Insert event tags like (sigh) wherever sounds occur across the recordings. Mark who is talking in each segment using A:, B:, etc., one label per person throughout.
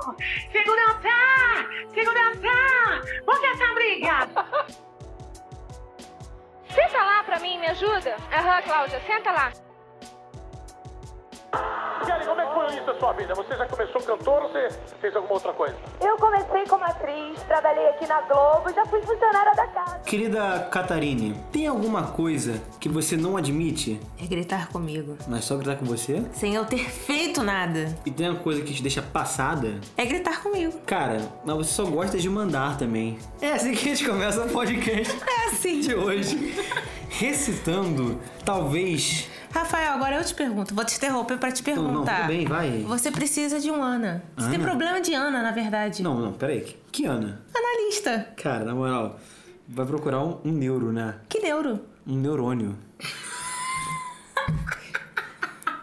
A: Segurança! Segurança! Onde é essa briga?
B: Senta tá lá pra mim, me ajuda? Aham, Cláudia, senta lá.
C: Kelly, como é que foi isso a sua vida? Você já começou cantor ou você fez alguma outra coisa?
D: Eu comecei como atriz, trabalhei aqui na Globo, já fui funcionária da casa.
E: Querida Catarine, tem alguma coisa que você não admite,
F: É gritar comigo,
E: mas só gritar com você?
F: sem eu ter feito nada.
E: E tem uma coisa que te deixa passada?
F: É gritar comigo.
E: Cara, mas você só gosta de mandar também. É assim que a gente começa o podcast (laughs)
F: É assim.
E: de hoje. Recitando, talvez.
F: Rafael, agora eu te pergunto, vou te interromper pra te
E: Não, não,
F: perguntar.
E: tudo bem, vai.
F: Você precisa de um Ana. Você tem
E: Ana?
F: problema de Ana, na verdade.
E: Não, não, peraí. Que, que Ana?
F: Analista.
E: Cara, na moral, vai procurar um, um neuro, né?
F: Que neuro.
E: Um neurônio.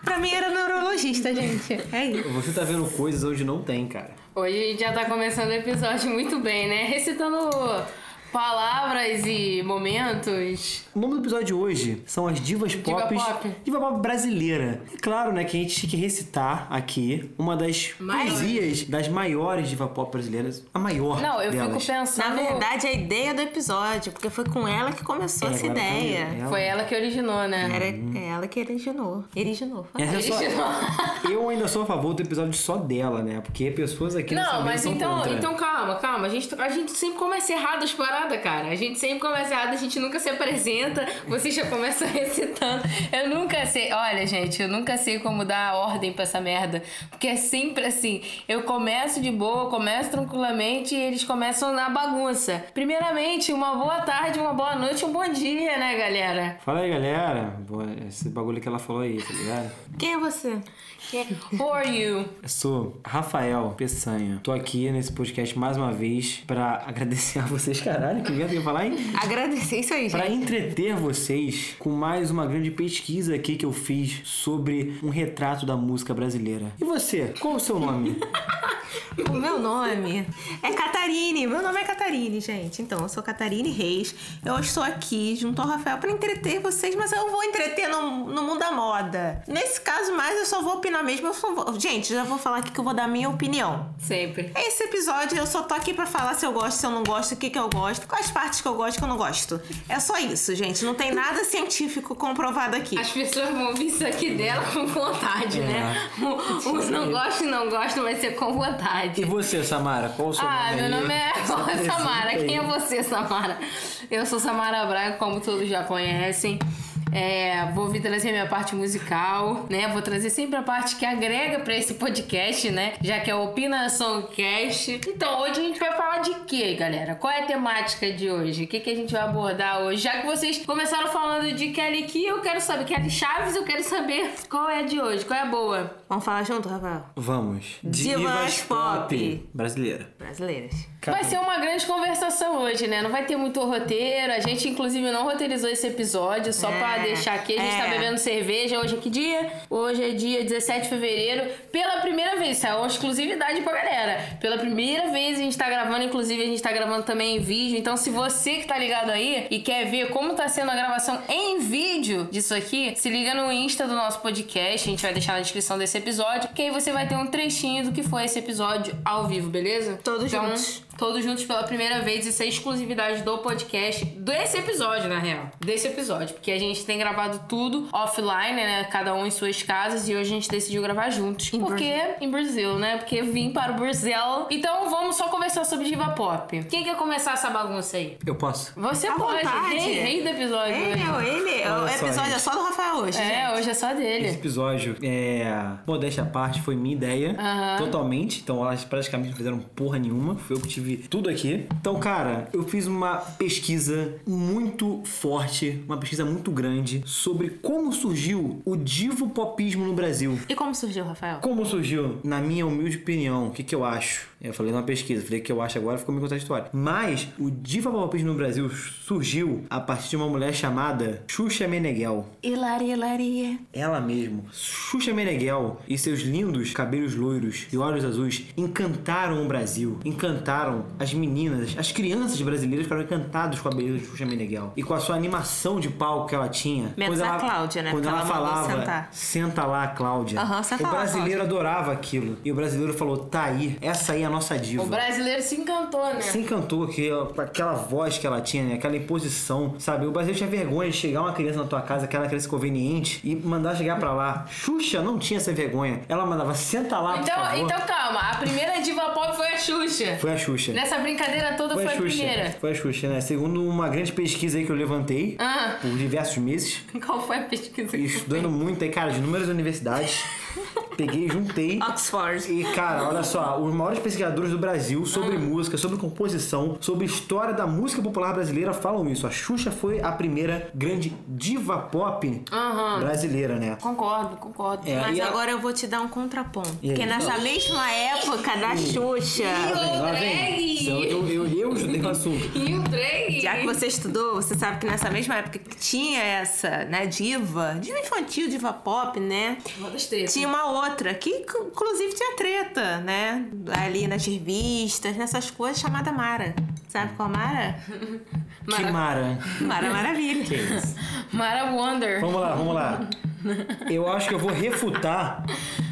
F: Pra mim era neurologista, gente. É isso.
E: Você tá vendo coisas onde não tem, cara.
G: Hoje a gente já tá começando o episódio muito bem, né? Recitando palavras e momentos.
E: O nome do episódio de hoje são as divas
G: Diva
E: pop.
G: pop.
E: Diva pop brasileira. É claro, né, que a gente tinha que recitar aqui uma das
G: Maiores.
E: poesias das maiores diva pop brasileiras. A maior.
G: Não, eu
E: delas.
G: fico
F: Na
G: pensando.
F: verdade, a ideia do episódio, porque foi com ela que começou essa
E: Ela-
F: ideia.
E: É, ela- Uhum.
G: Foi ela que originou, né?
F: Era é ela que originou. Originou.
E: Essa é só-
G: Originou.
E: (laughs) Eu ainda sou a favor do episódio só dela, né? Porque pessoas aqui nessa
G: Não,
E: mesa
G: mas
E: são
G: então,
E: contra.
G: então calma, calma. A gente, a gente sempre começa errado as paradas, cara. A gente sempre começa errado, a gente nunca se apresenta. Vocês já começam (laughs) recitando. Eu nunca sei. Olha, gente, eu nunca sei como dar ordem pra essa merda. Porque é sempre assim. Eu começo de boa, começo tranquilamente e eles começam na
E: É.
G: bagunça. Primeiramente, uma boa tarde, uma boa noite, um bom dia, né, galera?
E: Fala aí, galera. Pô, Esse bagulho que ela falou aí, tá ligado?
F: Quem é você?
E: (laughs)
G: Who are you?
E: Eu sou Rafael Peçanha. Tô aqui nesse podcast mais uma vez pra (laughs) agradecer a vocês, caralho. Que merda que eu ia falar, hein?
F: Agradecer isso aí, gente.
E: Pra entreter vocês com mais uma grande pesquisa aqui que eu fiz sobre um retrato da música brasileira. E você, qual o seu nome?
F: O meu nome é Catarine. Meu nome é Catarine, gente. Então, eu sou Catarine Reis. Eu estou aqui junto ao Rafael para entreter vocês, mas eu vou entreter no, no mundo da moda. Nesse caso, mais eu só vou opinar mesmo. Eu só vou... Gente, já vou falar aqui que eu vou dar a minha opinião.
G: Sempre.
F: Esse episódio eu só tô aqui pra falar se eu gosto, se eu não gosto, o que, que eu gosto, quais partes que eu gosto e que eu não gosto. É só isso, gente. Não tem nada científico comprovado aqui.
G: As pessoas vão ouvir isso aqui dela com vontade, né? Uns não gostam e não gostam, vai ser com vontade.
E: E você, Samara, qual o seu
G: Ah,
E: nome?
G: meu
E: aí?
G: nome é
E: (laughs) Se apresenta
G: (laughs) Samara.
E: aí.
G: Quem é você, Samara? Eu sou Samara Braga, como todos já conhecem. É, vou vir trazer minha parte musical, né? Vou trazer sempre a parte que agrega pra esse podcast, né? Já que é o Opina Songcast. Então, hoje a gente vai falar de quê, galera? Qual é a temática de hoje? O que, que a gente vai abordar hoje? Já que vocês começaram falando de Kelly Key, eu quero saber. Kelly Chaves, eu quero saber qual é a de hoje, qual é a boa.
F: Vamos falar junto, Rafael?
E: Vamos.
F: Divas pop.
E: Brasileira.
F: Brasileiras.
G: Vai ser um uma grande conversação hoje, né? Não vai ter muito roteiro. A gente, inclusive, não roteirizou esse episódio, só
F: É,
G: pra deixar aqui. A gente
F: é.
G: tá bebendo cerveja. Hoje é que dia? Hoje é dia 17 de fevereiro. Pela primeira vez, isso é uma exclusividade pra galera. Pela primeira vez a gente tá gravando, inclusive, a gente tá gravando também em vídeo. Então, se você que tá ligado aí e quer ver como tá sendo a gravação em vídeo disso aqui, se liga no Insta do nosso podcast. A gente vai deixar na descrição desse episódio, que aí você vai ter um trechinho do que foi esse episódio ao vivo, beleza?
F: Todos
G: então,
F: juntos.
G: Todos juntos pela primeira vez, isso é exclusividade do podcast, desse episódio, na real. Desse episódio, porque a gente tem gravado tudo offline, né? Cada um em suas casas, e hoje a gente decidiu gravar juntos.
F: Em
G: porque em Brasil, né? Porque eu vim para o Brasil. Então vamos só conversar sobre diva pop. Quem quer começar essa bagunça aí?
E: Eu posso?
G: Você
F: À
G: pode,
F: vontade.
G: rei, rei do episódio.
F: Ele,
G: hoje.
F: ele. O
E: Olha só,
F: episódio é
E: gente.
F: só do Rafael hoje.
G: É, hoje é só
E: Esse
G: dele.
E: episódio é. Modéstia à parte, foi minha ideia.
G: Aham.
E: Totalmente. Então elas praticamente não fizeram porra nenhuma. Foi eu que tive tudo aqui. Então, cara, eu fiz uma pesquisa muito forte, uma pesquisa muito grande sobre como surgiu o divo popismo no Brasil.
F: E como surgiu, Rafael?
E: Como surgiu? Na minha humilde opinião, o que, que eu acho? Eu falei numa pesquisa, falei o que eu acho agora, ficou meio contraditório. Mas o diva popismo no Brasil surgiu a partir de uma mulher chamada Xuxa Meneghel.
F: Hilari, hilaria.
E: Ela mesmo, Xuxa Meneghel e seus lindos cabelos loiros e olhos azuis encantaram o Brasil, encantaram levaram as meninas, as crianças brasileiras ficaram encantadas com a beleza de Xuxa Meneghel e com a sua animação de palco que ela tinha.
F: Menos
E: Quando
F: a
E: ela-
F: Cláudia, né?
E: Quando
F: Porque
E: ela,
F: ela mandou
E: falava,
F: sentar.
E: senta lá, Cláudia.
F: Aham, senta
E: o
F: lá,
E: brasileiro adorava aquilo. E o brasileiro falou, tá aí, essa aí é a nossa diva.
G: O brasileiro se encantou, né?
E: Se encantou que ó, com aquela voz que ela tinha, né? aquela imposição, sabe? O brasileiro tinha vergonha de chegar uma criança na tua casa, aquela criança conveniente, e mandar chegar pra lá. Xuxa não tinha essa vergonha. Ela mandava, senta lá, por
G: Então,
E: favor.
G: então calma, a primeira diva pop foi a Xuxa.
E: Foi a Xuxa.
G: Nessa brincadeira toda foi,
E: a
G: a
E: Xuxa.
G: primeira.
E: Foi a Xuxa, né? Segundo uma grande pesquisa aí que eu levantei
G: Ah. (laughs)
E: por diversos meses,
G: Qual foi a pesquisa?
E: e estudando muito aí, cara, de inúmeras universidades, peguei,
G: (laughs)
E: juntei.
F: Oxford.
E: E, cara, olha só, os maiores pesquisadores do Brasil
G: Ah.
E: sobre música, sobre composição, sobre história da música popular brasileira falam isso. A Xuxa foi a primeira grande diva pop
G: Aham.
E: brasileira, né?
G: Concordo, concordo.
E: É,
F: Mas
E: e a-
F: agora eu vou te dar um contraponto.
E: E aí? então?
F: Porque nessa mesma época da Xuxa,
G: E o
E: Lá vem.
G: drag?
E: Eu, eu, eu, eu estudei o assunto.
G: E o Drake?
F: já que você estudou, você sabe que nessa mesma época que tinha essa, né, diva, diva infantil, diva pop, né?
G: Uma das três.
F: Tinha uma outra que, c- inclusive, tinha treta, né? Ali nas revistas, nessas coisas, chamada Mara. Sabe qual
E: (laughs)
F: Mara?
E: Que mara.
F: Mara Maravilha.
E: Que é isso?
F: um-
G: Mara Wonder.
E: Vamos lá, vamos lá. Eu acho que eu vou refutar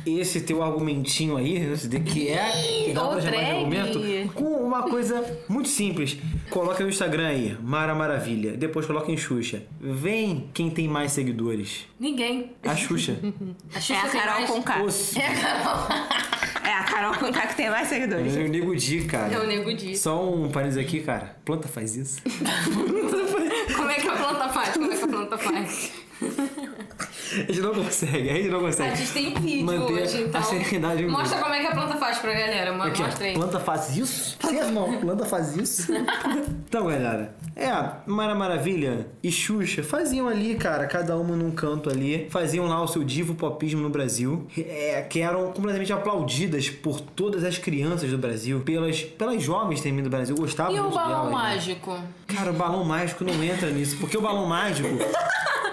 E: esse teu argumentinho aí, né, de que é que dá pra chamar
G: Ô,
E: de
G: drag.
E: argumento, com uma coisa muito simples. Coloca no Instagram aí, Mara Maravilha. Depois coloca em Xuxa. Vem quem tem mais seguidores.
G: Ninguém.
E: A
G: (laughs)
E: Xuxa.
F: É a Carol Conká.
E: Os...
G: É a Carol. (laughs)
F: É a Carol (laughs) Conká que tem mais seguidores.
E: Eu nego Di, cara.
G: É o Nego Di.
E: Só um parênteses aqui, cara. Planta faz isso. (laughs)
G: Como é que a planta faz? Como é que a planta faz?
E: A gente não consegue, a gente não consegue.
G: A gente tem vídeo
E: Manter
G: hoje, então.
E: a seriedade.
G: Mostra como é que a planta faz pra galera. Mo-
E: Aqui, ó,
G: Mostra aí.
E: planta faz isso? Vocês não, planta faz isso. (laughs) então, galera, é, Mara Maravilha e Xuxa faziam ali, cara, cada uma num canto ali, faziam lá o seu divo popismo no Brasil, é, que eram completamente aplaudidas por todas as crianças do Brasil, pelas, pelas jovens também do Brasil, gostavam
G: E o
E: muito delas,
G: balão
E: né?
G: mágico?
E: Cara, o balão mágico não entra nisso, porque o balão (laughs) mágico,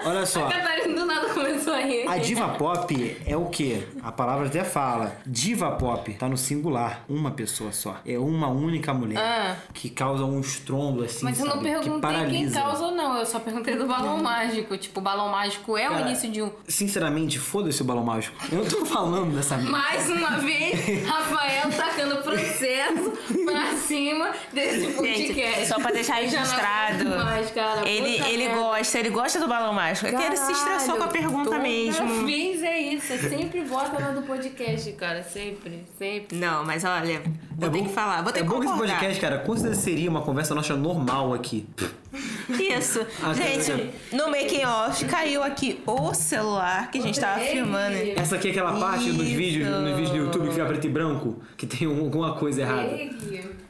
E: olha só...
G: A Catarina Tá do nada começou a rir.
E: A diva pop é o quê? A palavra até fala. Diva pop tá no singular. Uma pessoa só. É uma única mulher
G: Ah.
E: que causa um estrondo assim.
G: Mas eu não
E: sabe? que
G: perguntei quem
E: paralisa.
G: causa ou não, eu só perguntei do balão mágico. Tipo, o balão mágico é o
E: Cara,
G: início de um.
E: Sinceramente, foda-se o balão mágico. Eu não tô (laughs) falando dessa merda.
G: Mais uma vez, Rafael tacando processo pra cima desse podcast.
F: Gente, só pra deixar
G: Já não
F: registrado.
G: aguento mais, cara.
F: Ele,
G: Puta
F: ele
G: merda.
F: gosta, ele gosta do balão mágico. É que ele se estressou com a
G: Caralho,
F: pergunta
G: toda
F: mesmo.
G: vez é isso, eu sempre bota lá do podcast, cara. Sempre, sempre.
F: Não, mas olha, vou
E: É
F: ter
E: bom-
F: que falar. Vou ter
E: é
F: que
E: bom que esse
F: concordar.
E: podcast, cara, quando seria uma conversa nossa normal aqui.
F: (laughs) Isso.
E: Ah,
F: gente, no making off caiu aqui o celular que a gente tava
G: Ei.
F: filmando. hein?
E: Essa aqui é aquela parte nos
F: Isso.
E: vídeos, nos vídeos do YouTube que fica preto e branco, que tem um- alguma coisa errada.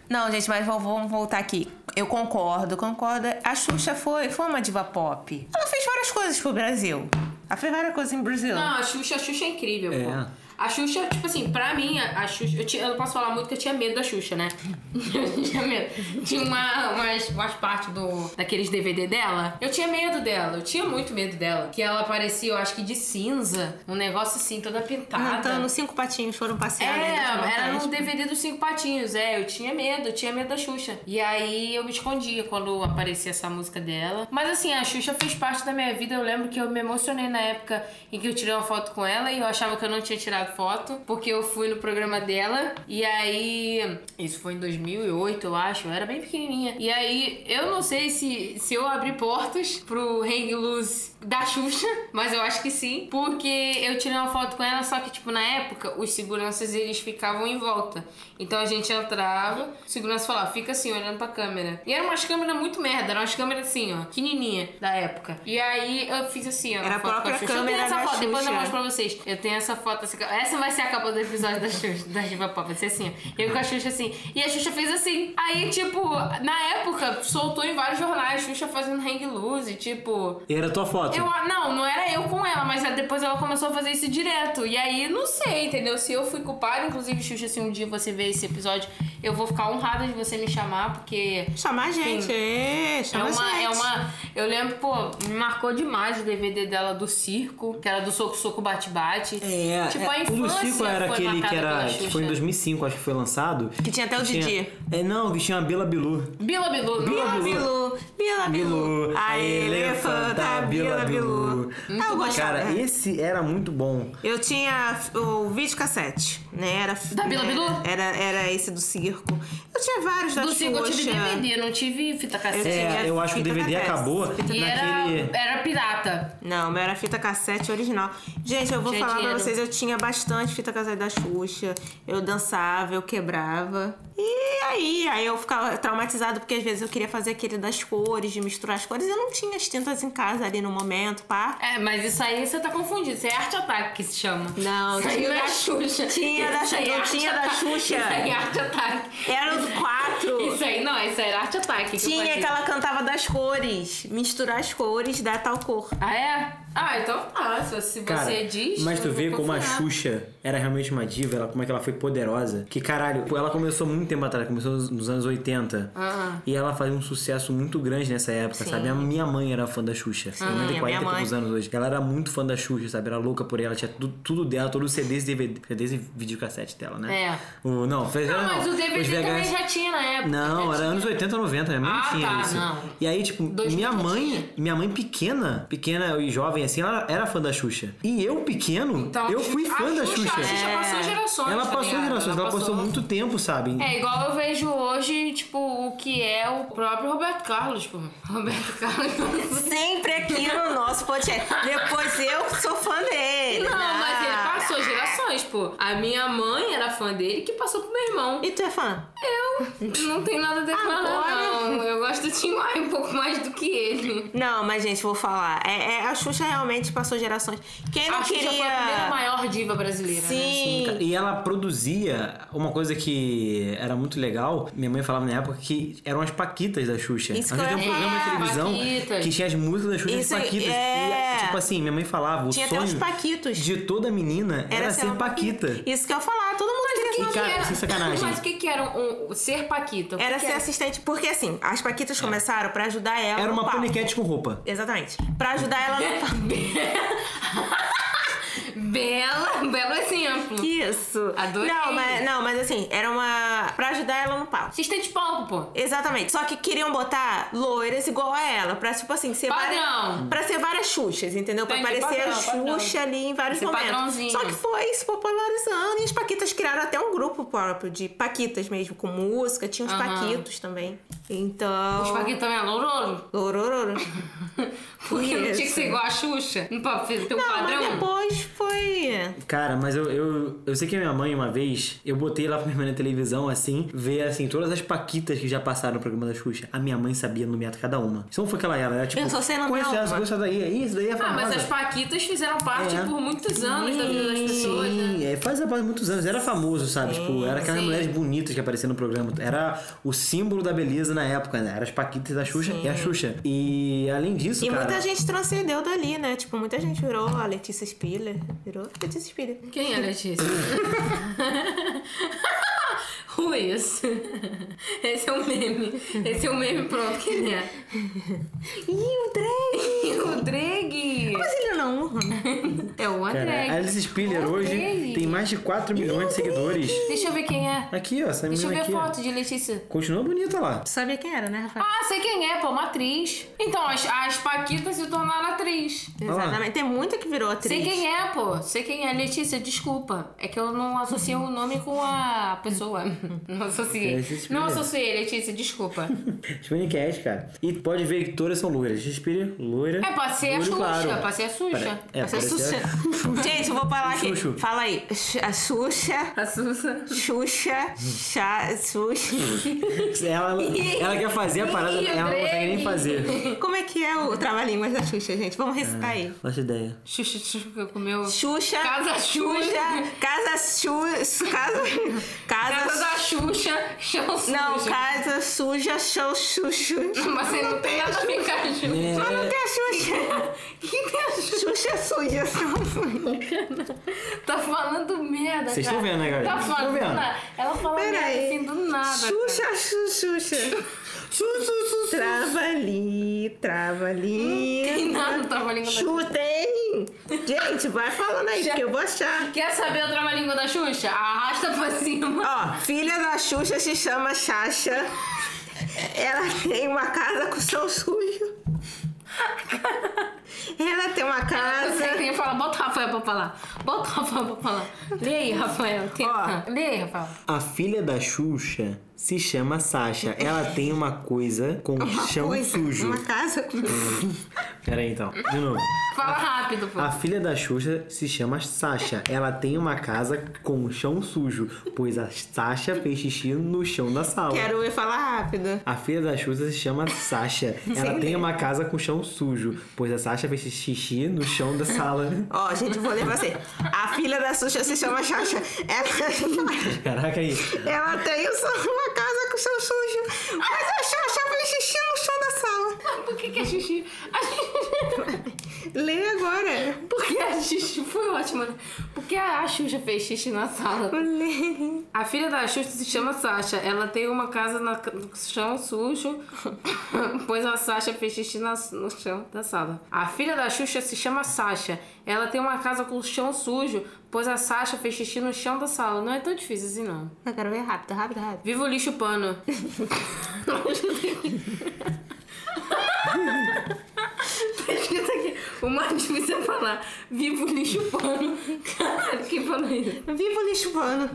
F: Não, gente, mas vamos- vamos voltar aqui. Eu concordo, concordo. A Xuxa foi, foi uma diva pop. Ela fez várias coisas pro Brasil. Ela fez várias coisas em Brasil.
G: Não, a Xuxa, a Xuxa é incrível,
E: É.
G: pô. A Xuxa, tipo assim, pra mim, a a Xuxa. Eu, tinha- eu não posso falar muito que eu tinha medo da Xuxa, né? (laughs) Eu tinha medo. Tinha uma, umas, umas partes do, daqueles DVD dela. Eu tinha medo dela, eu tinha muito medo dela. Que ela parecia, eu acho que de cinza. Um negócio assim, toda pintada.
F: Cantando cinco patinhos foram passear. né, das
G: É, era
F: montanhas.
G: no DVD dos Cinco Patinhos, é. Eu tinha medo, eu tinha medo da Xuxa. E aí eu me escondia quando aparecia essa música dela. Mas assim, a Xuxa fez parte da minha vida. Eu lembro que eu me emocionei na época em que eu tirei uma foto com ela e eu achava que eu não tinha tirado foto, porque eu fui no programa dela. E aí. Isso foi em 2008, eu acho. Eu era bem pequenininha. E aí eu não sei se, se eu abri portas pro Hang Loose da Xuxa, mas eu acho que sim, porque eu tirei uma foto com ela, só que, tipo, na época, os seguranças eles ficavam em volta. Então a gente entrava, o segurança falava, fica assim, olhando pra câmera. E eram umas câmeras muito merda, eram umas câmeras assim, ó, pequenininha da época. E aí eu fiz assim, ó,
F: Era a
G: foto com
F: própria
G: Xuxa. Eu tenho
F: câmera
G: essa
F: da
G: foto, depois eu
F: Xuxa. é.
G: mostro pra vocês. Eu tenho essa foto, essa, ca- essa vai ser a capa do episódio da Xuxa, da Diva Pop, vai ser assim, ó. Eu com a Xuxa assim. E a Xuxa fez assim. Aí, tipo, na época, soltou em vários jornais, Xuxa fazendo hang loose, tipo,
E: Era a tua foto. foto.
G: Eu, a- não, não era eu com ela, mas a- depois ela começou a fazer isso direto. E aí, não sei, entendeu? Se eu fui culpada, inclusive, Xuxa, se um dia você ver esse episódio, eu vou ficar honrada de você me chamar, porque
F: Chamar a gente, é,
G: É
F: chama a
G: uma,
F: gente.
G: é uma. Eu lembro, pô, me marcou demais o DVD dela do circo, que era do Soco Soco Bate Bate.
E: É,
G: tipo,
E: é,
G: a
E: o do
G: infância
E: Chico era
G: foi
E: aquele que,
G: marcada
E: era,
G: pela
E: que
G: Xuxa.
E: foi em 2005, acho que foi lançado.
F: Que tinha até o
E: Tinha-
F: Didi.
E: É, não, que tinha a Bila Bilu.
G: Bila Bilu.
E: Bila Bilu.
F: Bilu, Bila Bilu, Ah, a elefanta Bila Bilu. Ah, eu gostava.
E: Cara, esse era muito bom.
F: Eu tinha o videocassete, né? Era,
G: Da Bila Bilu?
F: Era, era esse do circo. Eu tinha vários da
G: Do circo eu tive
F: Xuxa.
G: DVD, não tive fita cassete.
E: É,
F: tinha
E: eu acho que o
F: fita
E: DVD
F: cassete.
E: acabou
G: E
E: naquele.
G: era, era pirata.
F: Não, o meu era fita cassete original. Gente, eu vou
G: Tinha
F: falar
G: dinheiro.
F: pra vocês, eu tinha bastante fita cassete da Xuxa. Eu dançava, eu quebrava. E aí, aí eu ficava traumatizada porque às vezes eu queria fazer aquele das cores, de misturar as cores. Eu não tinha as tintas em casa ali no momento, pá.
G: É, mas isso aí você tá confundido. Isso é arte ataque que se chama.
F: Não,
G: Isso aí
F: tinha
G: não é
F: da-
G: Xuxa.
F: tinha da-
G: Isso aí é
F: eu
G: arte
F: tinha da
G: ataque.
F: Xuxa.
G: Isso aí é arte ataque.
F: Era os quatro.
G: Isso é aí não, isso aí era arte ataque. que eu
F: Tinha
G: fazia.
F: que ela cantava das cores. Misturar as cores, dar tal cor.
G: Ah, é? Ah, então tá. Se você
E: Cara,
G: diz.
E: mas tu
G: eu
E: vê
G: vou
E: como a
G: confiar.
E: Xuxa era realmente uma diva, ela, como é que ela foi poderosa. Que caralho, pô, ela começou muito tempo atrás, começou nos, nos anos 80.
G: Aham.
E: E ela fazia um sucesso muito grande nessa época, sabe? A minha mãe era fã da Xuxa.
G: Ah,
E: Minha mãe tem 40
F: a
E: e
F: minha
E: poucos anos hoje. Ela era muito fã da Xuxa, sabe? Era louca por ela, tinha tudo, tudo dela, todos os CDs e DVD, CDs e videocassete dela, né? É. O, não, fez,
G: Não, mas o DVD
E: os
G: também
E: VHS
G: já tinha na época.
E: não,
G: já
E: era
G: tinha.
E: anos 80, 90, minha mãe
G: Ah,
E: não tinha
G: tá,
E: isso.
G: não.
E: E aí, tipo,
G: 2000
E: minha
G: não
E: mãe,
G: tinha.
E: minha mãe pequena, pequena e jovem assim, ela era fã da Xuxa. E eu pequeno,
G: Então,
E: eu fui
G: a
E: fã da Xuxa.
G: A Xuxa
F: É.
G: passou gerações.
E: Ela
G: tá
E: passou
G: ligado?
E: gerações, ela passou muito tempo, sabe?
G: É, igual eu vejo hoje, tipo, o que é o próprio Roberto Carlos, pô. Roberto Carlos.
F: Sempre aqui no nosso podcast. Depois eu sou fã dele.
G: Não,
F: né?
G: mas ele passou gerações, pô. A minha mãe era fã dele que passou pro meu irmão.
F: E tu é fã?
G: Eu não tenho nada a declarar,
F: Agora-
G: não. Eu gosto de Tim Maia um pouco mais do que ele.
F: Não, mas gente, vou falar. É, é, a Xuxa realmente passou gerações. Quem não
G: a Xuxa
F: queria.
G: foi a primeira maior diva brasileira, né?
F: Sim.
E: E ela produzia uma coisa que era muito legal. Minha mãe falava na época que eram as paquitas da Xuxa.
F: Isso
E: a
F: que
E: gente
F: eu
E: tem um
F: ia
E: programa de
G: falar.
E: televisão
G: É, Paquitas.
E: que tinha as músicas da Xuxa
F: Isso,
E: e as paquitas.
F: é.
E: E, tipo assim, minha mãe falava, o
F: Tinha até
E: sonho
F: os paquitos.
E: de toda menina era, ser
F: uma
E: paquita.
F: Isso que eu ia falar, todo mundo queria
E: que
F: ser
E: que
F: uma
E: era?
F: paquita.
E: sem sacanagem.
G: Mas o que que era um, um- ser paquita? O que
F: Era
G: que é?
F: ser assistente. Porque assim, as paquitas começaram pra ajudar ela.
E: É. Era
F: no
E: uma
F: papo.
E: paniquete com roupa.
F: Exatamente. Pra ajudar
E: (laughs)
F: ela no
G: (laughs)
F: papo.
G: Bela, um belo exemplo.
F: Isso.
G: Adorei.
F: Não, mas, não, mas assim, era uma. Pra ajudar ela no palco.
G: Assistente de palco, pô.
F: Exatamente. Só que queriam botar loiras igual a ela. Pra, tipo assim, ser
G: Padrão.
F: várias. Pra ser várias Xuxas, entendeu? Pra
G: Entendi,
F: parecer a
G: padrão, padrão.
F: Xuxa ali em vários
G: Ser
F: momentos.
G: padrãozinho.
F: Só que foi se popularizando. E as Paquitas criaram até um grupo próprio de Paquitas mesmo, com música. Tinha os
G: Aham.
F: Paquitos também. Então.
G: Os paquitos também é louroro.
F: Lorororo.
G: (laughs) Porque não tinha que
F: Isso.
G: ser igual a Xuxa. Não pode ter um
F: Não, mas
G: padrão.
F: depois foi.
E: Cara, mas eu, eu, eu sei que a minha mãe, uma vez, eu botei lá pra minha mãe na televisão, assim, ver, assim, todas as paquitas que já passaram no programa da Xuxa. A minha mãe sabia nomear cada uma. Então foi aquela era, era tipo...
F: Eu só sei nomear
E: conhece essa,
F: uma."
E: conhece essa daí, aí, isso daí é
G: Ah,
E: famosa.
G: mas as paquitas fizeram parte
E: É.
G: por muitos anos da vida das pessoas, né?
E: Sim, é, faz há muitos anos. Era famoso, sabe? tipo, era aquelas mulheres bonitas que apareciam no programa. Era o símbolo da beleza na época, né? Era as paquitas da Xuxa e a Xuxa. E além disso,
F: E
E: cara...
F: muita gente transcendeu dali, né? Tipo, muita gente virou a Letícia Spiller. Virou Letícia Spiller.
G: Quem é a Letícia? (laughs) Who is? (laughs) Esse é o meme. Esse é o meme pronto que ele é.
F: Ih,
G: um
F: o Drake!
G: E (laughs) o Dreg.
F: Mas ele não um honra.
E: assim?
G: É o André.
E: Cara, a Alice Spiller
G: André.
E: hoje tem mais de 4 milhões de seguidores.
G: Deixa eu ver quem é.
E: Aqui, ó, essa
G: Deixa eu
E: menina
G: ver
E: Tá aqui. ó.
G: foto de Letícia.
E: Continua bonita lá. (laughs)
F: Tu sabia quem era, né, Rafael?
G: Ah, sei quem é, pô, uma atriz. Então, as, as Paquitas se tornaram atriz.
F: Exatamente. Tem muita que virou atriz.
G: Sei quem é, pô. Sei quem é. Letícia, desculpa. É que eu não associo o nome com a (laughs) pessoa. Não associei.
E: Letícia Spiller.
G: Não associei, Letícia, desculpa.
E: Tipo Spinnycast, cara. E pode ver que todas são loiras. Alice Spiller, loira.
G: É, pode ser a
E: olho
G: Xuxa,
E: claro.
G: pode ser a Xuxa.
E: Pera- É,
F: Essa é
E: pode ser a-
F: Xuxa. (laughs) Gente, eu vou falar aqui.
E: Xuxa.
F: Fala aí. a Xuxa.
G: A Sussa.
F: Xuxa, chá, Xuxa.
E: (laughs) Ela, ela quer fazer
G: (laughs)
E: a parada,
G: Ih,
E: ela não consegue nem
G: Greg.
E: fazer.
F: Como é que é o trava-línguas da Xuxa, gente? Vamos recitar aí.
E: Nossa ideia.
G: Xuxa, Xuxa comeu.
F: Xuxa.
G: Casa Xuxa.
F: Casa Xuxa. Casa.
G: Casa
F: Casa.
G: da Xuxa, chão sujo.
F: Não, casa suja, show, xuxu.
G: Mas você não tem nada a ver com a
E: Né?
G: Xuxa.
F: Mas não tem a
G: (laughs)
F: Xuxa. Que tem a Xuxa? Xuxa suja, show suja.
G: Tá falando merda,
E: Vocês
G: cara.
E: estão vendo, né, galera?
G: Tá
E: Vocês estão
G: falando
E: vendo?
G: nada. Ela fala
F: Pera
G: merda
F: aí.
G: assim do nada.
F: Xuxa, xu- Xuxa. Trava ali, trava
G: E
F: Hum, ali.
G: nada, tava língua da Xuxa.
F: Chutem! Gente, vai falando aí, porque eu vou achar.
G: Quer saber o trava-língua da Xuxa? Arrasta pra cima.
F: Ó, filha da Xuxa se chama Xaxa. Ela tem uma casa com chão sujo. Ela tem uma
G: Você
F: casa.
G: tem que falar, bota o Rafael pra falar. Bota o Rafael pra falar. Lê aí, Rafael. Tenta. Lê aí, Rafael.
E: A filha da Xuxa se chama Sasha. Ela tem uma coisa com
F: Uma
E: chão
F: coisa,
E: sujo. Hum,
F: Uma casa com.
E: Pera aí, então. De novo.
G: Fala rápido, pô.
E: A filha da Xuxa se chama Sasha. Ela tem uma casa com chão sujo, pois a Sasha fez xixi no chão da sala.
F: Quero ouvir falar rápido.
E: A filha da Xuxa se chama
G: (laughs)
E: Sasha. Ela tem uma casa com chão sujo, pois a Sasha fez xixi no chão da
G: (laughs)
E: sala.
F: Ó, gente, vou ler pra você. A filha da Xuxa se chama Xaxa. É (laughs) Ela,
E: Caraca aí.
F: ela tem só uma casa com chão sujo. Mas a Xaxa fez xixi no chão da sala.
G: Por que, que a Xuxa. A Xuxa...
F: Lê agora.
G: Porque a Xuxa foi ótima. né? Porque a Xuxa fez xixi na sala.
F: Lê.
G: A filha da Xuxa se chama Sasha. Ela tem uma casa na- no chão sujo, (laughs) pois a Sasha fez xixi na- no chão da sala. A filha da Xuxa se chama Sasha. Ela tem uma casa com chão sujo, pois a Sasha fez xixi no chão da sala. Não é tão difícil assim, não.
F: Eu quero ver rápido, rápido, rápido.
G: Viva o lixo pano. Tá escrito aqui. O mais difícil é falar. Viva o lixo pano. Caralho, quem falou isso?
F: Viva o lixo urbano.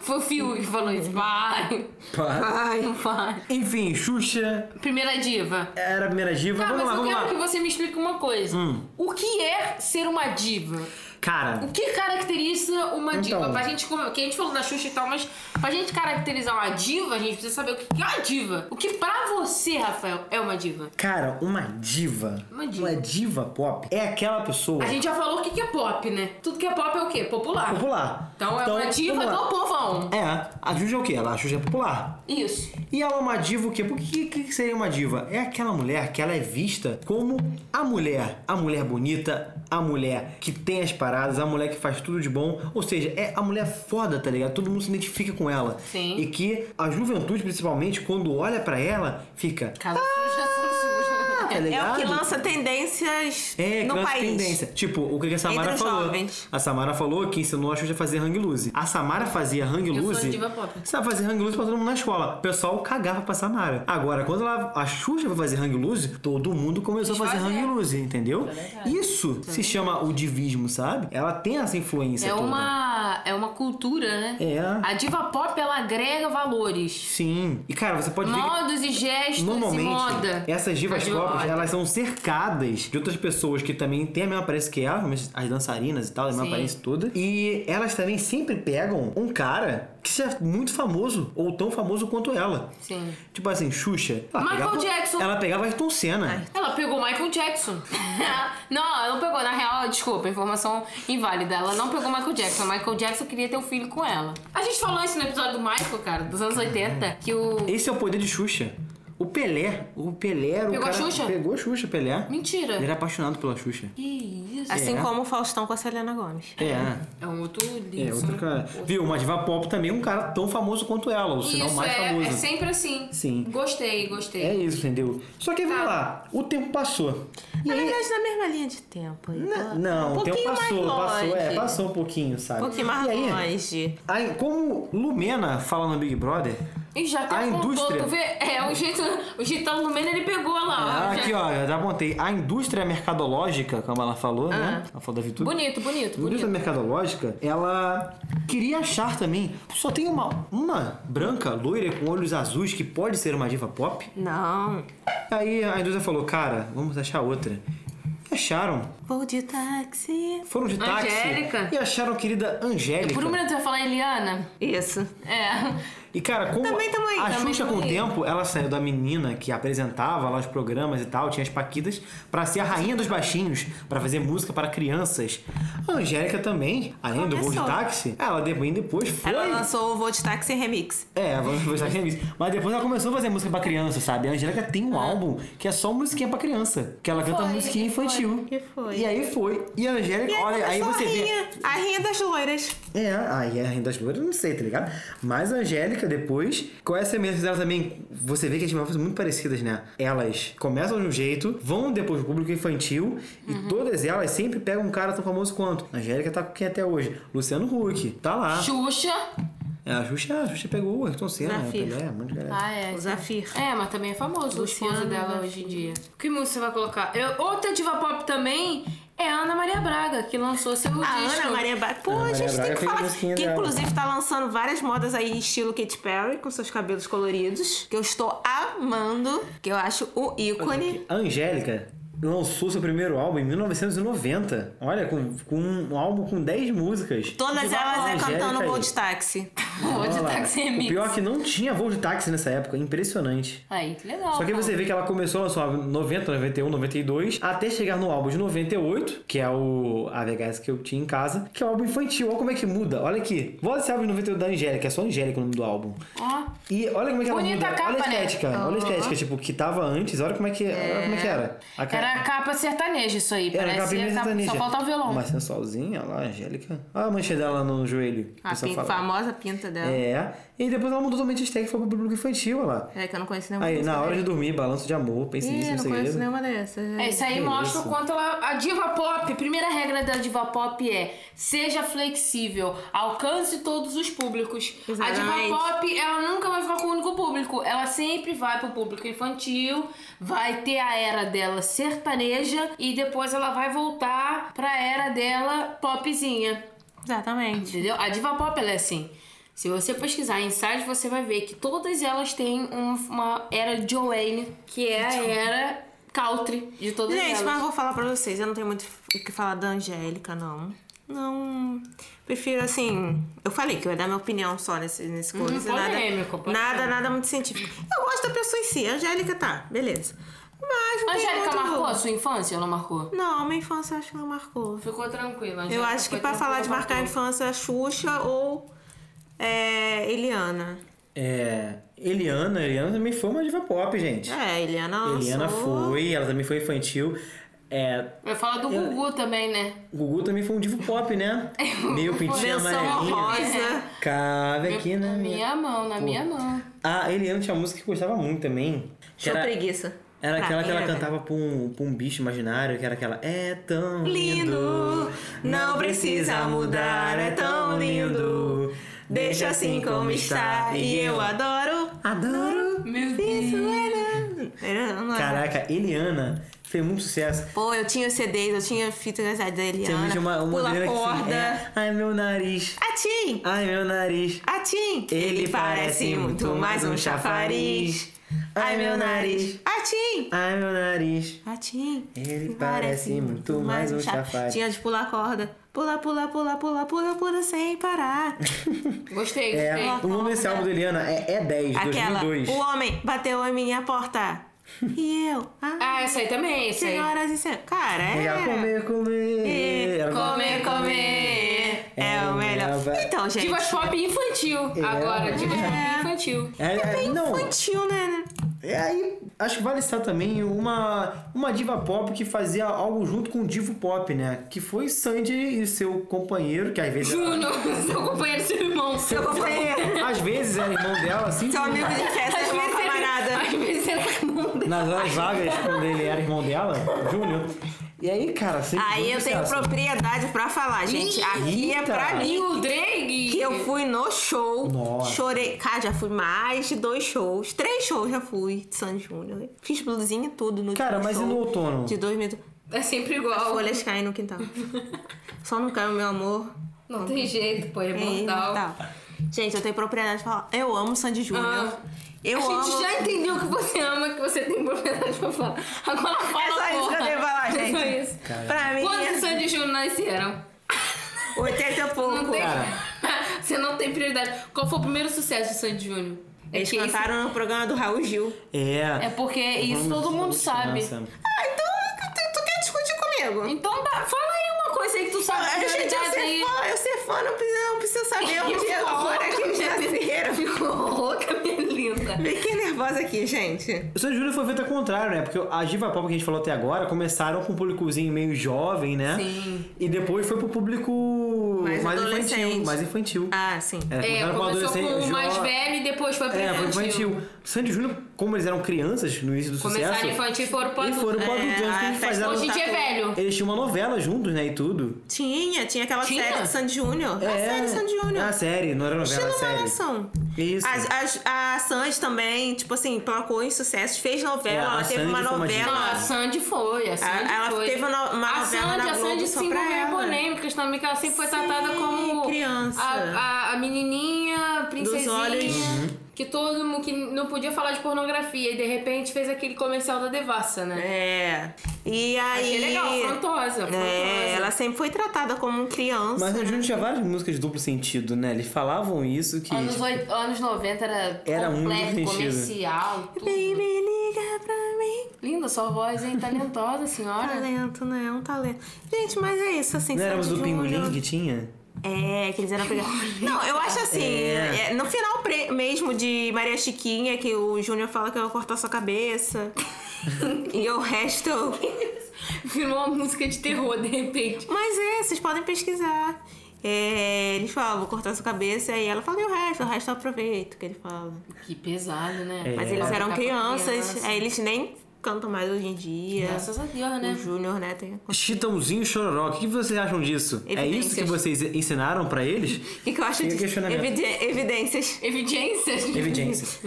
G: Foi o Fiuk que falou isso. Vai.
E: Pá.
F: Ai.
G: Não vai.
E: Enfim, Xuxa
G: Primeira diva.
E: era a primeira diva.
G: Tá,
E: Então, vamos
G: mas
E: lá,
G: eu
E: vamos
G: quero
E: lá. Hum.
G: que você me explique uma coisa. O que é ser uma diva?
E: Cara,
G: O que caracteriza uma
E: Então.
G: diva? Pra gente, como- que a gente falou da Xuxa e tal, mas pra gente caracterizar uma diva, a gente precisa saber o que é uma diva. O que pra você, Rafael, é uma diva?
E: cara, uma diva.
G: Uma diva.
E: Uma diva pop é aquela pessoa
G: A gente já falou o que que é pop, né? Tudo que é pop é o quê? Popular.
E: popular.
G: Então é uma diva
E: vamos lá.
G: do povão.
E: É, a Xuxa é o quê? Ela, a Xuxa é popular.
G: Isso.
E: E ela é uma diva o quê? Por que, que que seria uma diva? É aquela mulher que ela é vista como a mulher. A mulher bonita, a mulher que tem as paradas, a mulher que faz tudo de bom. Ou seja, é a mulher foda, tá ligado? Todo mundo se identifica com ela.
G: Sim.
E: E que a juventude, principalmente, quando olha pra ela, fica...
G: Casa suja, suja,
E: "Ah",
G: suja.
E: Tá
F: É
E: ligado?
F: o que lança tendências
E: É,
F: no
E: criança
F: país.
E: tendência. Tipo, o que que a Samara
F: os
E: falou?
F: jovens.
E: A Samara falou que ensinou a Xuxa a fazer hang loose. A Samara fazia hang
G: sou
E: loose.
G: diva pop.
E: Sabe fazer hang loose pra todo mundo na escola. O pessoal cagava pra Samara. Agora, quando ela, a Xuxa vai fazer hang loose, todo mundo começou a
G: Quis
E: fazer
G: fazer.
E: hang loose, entendeu?
G: É
E: Isso se chama o divismo, sabe? Ela tem essa influência
G: É
E: toda.
G: uma, é uma cultura, né?
E: É.
G: A diva pop, ela agrega valores.
E: Sim. E cara, você pode ver que
G: Modos e gestos e
E: Normalmente,
G: Tipo, moda.
E: essas divas
G: A diva
E: pop,
G: pop.
E: elas são cercadas de outras pessoas que também têm a mesma aparência que ela, mas as dançarinas e tal, a mesma
G: Sim.
E: aparência toda. E elas também sempre pegam um cara que seja muito famoso, ou tão famoso quanto ela.
G: Sim.
E: Tipo assim, Xuxa. Ela
G: Michael
E: pegava,
G: Jackson.
E: Ela pegava Ayrton Senna.
G: Ela pegou Michael Jackson. (laughs) não, ela não pegou. Na real, desculpa, informação inválida. Ela não pegou Michael Jackson. Michael Jackson queria ter um filho com ela. A gente falou isso no episódio do Michael, cara, dos anos 80, que o.
E: Esse é o poder de Xuxa. O Pelé. O Pelé era o
G: Pegou a
E: cara...
G: Xuxa?
E: Pegou a Xuxa, Pelé.
G: Mentira.
E: Ele era apaixonado pela Xuxa.
G: Que isso?
E: É.
F: Assim como o Faustão com a Selena Gomes.
E: É.
G: É um outro
E: É,
G: livro.
E: outro cara. Viu, uma diva pop também é um cara tão famoso quanto ela, ou se não
G: Isso,
E: mais
G: é,
E: famoso.
G: é sempre assim.
E: Sim.
G: Gostei, gostei.
E: É isso, entendeu? Só que
F: Tá.
E: vamos lá, o tempo passou.
F: Na verdade, na mesma linha de tempo.
E: N-
F: Então,
E: Não, o tempo
F: pouquinho
E: passou,
F: mais
E: passou,
F: longe.
E: é, passou um pouquinho, sabe?
F: Um pouquinho mais
E: e aí,
F: longe.
E: aí, como Lumena fala no Big Brother,
G: E já até
E: A
G: apontou,
E: indústria-
G: tu vê? É, o jeito, o jeitão do Mena, ele pegou lá. ó,
E: ah,
G: já-
E: aqui ó, eu já apontei, a indústria mercadológica, como ela falou,
F: Ah.
E: né? Ela falou da Vitu.
G: Bonito, bonito,
E: A indústria
G: bonito.
E: mercadológica, ela queria achar também, só tem uma, uma branca, loira, com olhos azuis, que pode ser uma diva pop.
F: Não.
E: Aí a indústria falou, cara, vamos achar outra. Acharam
F: Vou de táxi.
E: Foram de táxi
G: Angélica.
E: e acharam a querida Angélica.
G: Por um minuto eu ia falar Eliana.
F: Isso.
G: É.
E: E cara, como
F: Também tamo aí,
E: a
F: também
E: Xuxa
F: tamo
E: com o
F: aí.
E: tempo, ela saiu da menina que apresentava lá os programas e tal, tinha as paquitas, pra ser a rainha dos baixinhos, pra fazer música para crianças. A Angélica também, além do voo de
F: Começou.
E: táxi, ela depois, depois foi
F: Ela lançou o Vou de táxi remix.
E: É, vamos gostar de remix. Mas depois ela começou a fazer música pra criança, sabe? A Angélica tem um álbum que é só musiquinha pra criança. Que ela canta
G: Foi,
E: musiquinha
G: foi,
E: infantil.
F: Ah. que foi.
E: E aí foi. E a Angélica,
F: E aí
E: olha, aí
F: começou
E: você
F: a
E: vê.
F: rinha, A rinha das loiras.
E: É, aí é a Rainha das Loiras, não sei, tá ligado? Mas a Angélica, depois, qual é a semelhança dela também? Você vê que as músicas são muito parecidas, né? Elas começam de um jeito, vão depois do público infantil, e
G: Uhum.
E: todas elas sempre pegam um cara tão famoso quanto. A Angélica tá com quem até hoje? Luciano Huck, tá
F: Ah.
E: lá.
G: Xuxa.
E: É, a Xuxa, a Xuxa pegou o Ayrton Senna, né?
F: Zafir.
E: Pelé, um monte de galera.
G: Ah, é.
F: O Zafir.
G: É, mas também é famoso o esposo
F: Luciano,
G: dela hoje em dia. Que música você vai colocar? Eu, outra diva pop também é a Ana Maria Braga, que lançou seu
F: A
G: disco.
F: Ana Maria Braga. né? Pô, a
E: Maria
F: gente
E: Braga
F: tem que
E: fez a
F: falar
E: musiquinha
F: que,
E: dela.
F: inclusive, tá lançando várias modas aí, estilo Katy Perry, com seus cabelos coloridos, que eu estou amando, que eu acho o ícone.
E: A Angélica lançou seu primeiro álbum em 1990. Olha, com, com um álbum com 10 músicas.
F: Todas elas é
E: Angélica
F: cantando
E: aí.
F: Voo de Táxi.
G: Vou de
E: Olha lá.
G: táxi
E: O
G: remix.
E: pior é que não tinha voo de táxi nessa época. Impressionante.
G: Aí, que legal. então.
E: Só que aí
G: pô.
E: você vê que ela começou a lançar o álbum em 90, 91, 92, até chegar no álbum de 98, que é o a VHS que eu tinha em casa, que é o álbum infantil. Olha como é que muda. Olha aqui. Volta esse álbum de 98 da Angélica, é só Angélica o nome do álbum.
G: Ó,
E: E olha como é que ela
G: Bonita
E: muda.
G: a capa,
E: olha a
G: né?
E: estética. Olha a estética, tipo, que tava antes, olha como é que, olha como é que era. A ca-
G: era a capa sertaneja isso aí.
E: Era
G: Parece
E: capinha
G: a capa-
E: sertaneja.
G: Só falta o violão.
E: Uma sensualzinha olha lá, Angélica. Olha a mancha dela no joelho.
G: Ah,
F: A
E: Pessoal
F: pin-
E: fala.
F: famosa pinta dela. É.
E: É. E depois ela mudou totalmente a estética e foi pro público infantil, olha lá.
F: que eu não conheço nenhuma
E: É. Aí,
F: música
E: na hora de
F: dela.
E: dormir, balanço de amor, pense nisso,
F: Ih,
E: no
F: não conheço
E: segredo.
F: nenhuma dessas.
G: É, isso aí
E: Que isso.
G: mostra o quanto ela. A diva pop, a primeira regra da diva pop é seja flexível, alcance todos os públicos. A
F: Exatamente.
G: diva pop, ela nunca vai ficar com um único público. Ela sempre vai pro público infantil, vai ter a era dela sertaneja e depois ela vai voltar pra era dela popzinha.
F: Exatamente.
G: Entendeu? A diva pop ela é assim. Se você pesquisar em sites, você vai ver que todas elas têm um- uma era Joanne, que é a era country de todas
F: Então. Gente,
G: elas.
F: mas eu vou falar pra vocês, eu não tenho muito o que falar da Angélica, não. Não. Prefiro assim. Eu falei que eu ia dar minha opinião só nesse, nesse coisa.
G: Hum, polêmico,
F: nada,
G: polêmico.
F: nada, nada muito científico. Eu gosto da pessoa em si. A Angélica tá, beleza. Mas não
G: Angélica
F: tem muito...
G: marcou a sua infância ou não marcou?
F: Não, minha infância eu acho que não marcou.
G: Ficou tranquila.
F: Eu
G: Angélica
F: acho que
G: foi
F: pra falar de
G: tranquila,
F: marcar a
G: marcou.
F: infância é Xuxa ou é, Eliana.
E: É. Eliana, Eliana também foi uma diva pop, gente.
F: É, Eliana lançou.
E: Eliana foi, ela também foi infantil. É,
G: Eu falo do Gugu também, né?
E: Gugu também foi um divo pop,
F: (laughs)
E: né? Meio pintinho
F: Menção
E: amarelinho.
F: honrosa.
E: Cabe aqui na
G: na
E: minha.
G: minha mão, na minha mão.
E: Ah, Eliana tinha uma música que eu gostava muito também. que
F: Show
E: era-
F: preguiça.
E: Era
F: Pra
E: aquela que ela
F: mim, era-
E: cantava pra um, pra um bicho imaginário, que era aquela É tão lindo,
F: Lindo, não precisa mudar, é tão lindo. Deixa assim como está e eu adoro.
E: Ah, adoro.
G: Meu
F: Isso
G: Deus.
F: era. Era, não era.
E: Caraca, Eliana fez muito sucesso.
F: Pô, eu tinha os CDs, eu tinha fita da
E: Tinha
F: da
E: um
F: Eliana.
E: vídeo de uma, uma
F: pula
E: maneira que assim,
F: corda.
E: é, Ai, meu nariz,
F: Atim!
E: ai, meu nariz.
F: Atim!
E: Ele parece muito mais um chafariz. Ai, meu nariz,
F: Atim!
E: ai, meu
F: (laughs)
E: nariz.
F: Atim!
E: Ele parece muito mais um
F: cha-
E: chafariz.
F: Tinha de pular corda. Pula, pula, pula, pula, pula, pula sem parar.
G: Gostei,
E: É,
G: gostei.
E: o nome desse álbum da Eliana é E10,
F: Aquela,
E: 2002.
F: o homem bateu em
E: (laughs)
F: minha porta. E eu, ah,
G: Ah, essa aí também, essa aí.
F: senhoras e senhores. Cara, é.
E: Pegar, comer, comer. Era-
G: Comer, comer.
F: É o melhor.
E: É,
F: Então, gente.
G: Divas pop infantil. Agora, divas
F: É.
G: pop infantil.
E: É, é, não,
F: Infantil, né?
E: é aí. Acho que vale citar também uma, uma diva pop que fazia algo junto com o divo pop, né? Que foi Sandy e seu companheiro, que às vezes.
G: Bruno, (laughs) seu companheiro, seu irmão.
F: Seu companheiro.
E: Às vezes era irmão dela, assim.
F: Seu amigo de festa,
G: Às
F: meu
G: vezes ele-
F: camarada.
G: Às vezes ele é irmão dele.
E: Nas horas vagas, quando ele era irmão dela, Júnior. E aí, cara, sempre.
F: Aí
E: muito
F: eu tenho
E: sucesso.
F: propriedade pra falar, gente. Aqui é pra
E: Eita.
G: E
F: mim.
G: o Drake.
F: Que eu fui no show,
E: Nossa.
F: chorei. Cara, já fui mais de dois shows. Três shows já fui de San Júnior. Fiz blusinha e tudo no
E: Cara,
F: último
E: mas e
F: show
E: no outono?
F: De dois mil...
G: É sempre
F: As
G: igual.
F: folhas caem no quintal. Só não cai o meu amor.
G: Não tem jeito, pô, é
F: É
G: mortal.
F: imortal. Gente, eu tenho propriedade pra falar. Eu amo Sandy Júnior.
G: Ah.
F: Eu
G: a
F: amo.
G: gente já entendeu que você ama, que você tem propriedade pra falar. Agora fala,
F: É só isso que eu
G: porra.
F: tenho pra falar,
G: É só
F: gente.
G: isso.
F: Pra mim,
G: Quantos
F: é
G: Sandy e Júnior nasceram?
F: 80 e pouco.
G: Não tem...
E: Cara.
G: (laughs) você não tem prioridade. Qual foi o primeiro sucesso de Sandy Júnior? É
F: Eles
G: que isso-
F: cantaram no programa do Raul Gil.
E: É.
G: É porque isso todo mundo
F: Ah,
G: sabe.
F: então tu, tu quer discutir comigo?
G: Então dá- fala aí uma coisa aí que tu sabe.
F: Ah, gente, eu
G: prioridade aí.
F: ser fã, eu ser fã, não precisa, não precisa (laughs) saber
G: Eu
F: onde é
G: fico
F: a hora
G: louca,
F: que (laughs) eles
G: minha
F: nasceram.
G: Ficou louca, minha linda.
F: Fiquei nervosa aqui, gente.
E: O Sandy Júnior foi feito ao contrário, né? Porque a diva pop que a gente falou até agora começaram com um públicozinho meio jovem, né?
G: Sim.
E: E depois foi pro público
F: Mais
E: mais,
F: adolescente.
E: infantil. Mais infantil.
F: Ah, sim.
E: É,
G: É,
E: começaram
G: começou com o
E: jo-
G: mais velho e depois foi pro
E: É, foi
G: infantil.
E: infantil. Sandy Júnior, como eles eram crianças no início do
G: Começaram
E: sucesso.
G: infantil e foram pro
E: E
G: adulto.
E: foram pro
F: É,
E: adulto. então
F: a
E: eles
F: festa
E: fizeram-
G: Hoje em dia é
F: Tá
G: velho.
E: Eles tinham uma novela juntos, né? E tudo.
F: Tinha, tinha aquela
G: Tinha?
F: série de Sandy Júnior. a série de Sandy
E: É a
F: Júnior.
E: série, não era novela,
F: Estilo
E: a série.
F: malhação.
E: Isso.
F: As- as- A, Sandy também, tipo assim, placou em sucesso, fez novela,
E: É, a
F: ela teve
E: Sandy
F: uma
E: foi uma
F: novela.
E: diva.
G: Não, a Sandy foi, a Sandy
F: ela
G: foi.
F: teve uma- uma
G: a
F: novela
G: Sandy,
F: na
G: a Sandy
F: Globo só
G: se
F: pra
G: envolveu em
F: ela.
G: polêmicas também, que ela sempre foi
F: Sim,
G: tratada como
F: criança.
G: A, a- a menininha, princesinha,
F: olhos.
G: que todo mundo que não podia falar de pornografia e de repente fez aquele comercial da Devassa, né?
F: É. E aí.
G: Achei legal, afrontosa, afrontosa.
F: É, ela sempre foi tratada como criança. né?
E: Mas Sandy Júnior tinha várias músicas de duplo sentido, né? Eles falavam isso que.
G: Anos, oit- anos 90 era,
E: Era muito
G: completo,
E: sentido.
G: comercial,
F: Baby,
G: tudo.
F: liga pra mim.
G: Linda sua voz, hein? Talentosa, senhora.
F: Talento, né? É um talento. Gente, mas é isso, assim.
E: Não era a
F: Sandy
E: música do
F: Júnior-
E: Pinguim que tinha?
F: É, que eles eram pegados. Não, eu acho assim,
E: É.
F: é, no final pre- mesmo de Maria Chiquinha, que o Júnior fala que eu vou cortar sua
G: (laughs)
F: cabeça. e o resto.
G: Virou uma música de terror, de repente.
F: Mas é, vocês podem pesquisar. É, eles falam, vou cortar sua cabeça, e ela fala, e o resto? O resto eu aproveito que ele fala.
G: Que pesado, né?
E: É.
F: Mas eles
G: Pra
F: eram
G: tocar pra
F: crianças,
G: criança.
F: aí eles nem cantam mais hoje em dia.
G: Graças a Deus,
F: O
G: né?
F: Júnior, né? Tem... O
E: Chitãozinho e Chororó, o que vocês acham disso? É isso que
F: Evidências.
E: vocês ensinaram pra
F: (laughs)
E: eles?
F: que, que eu acho
E: Fica o
F: disso?
E: um questionamento.
F: Evide- Evidências.
G: Evidências.
E: Evidências.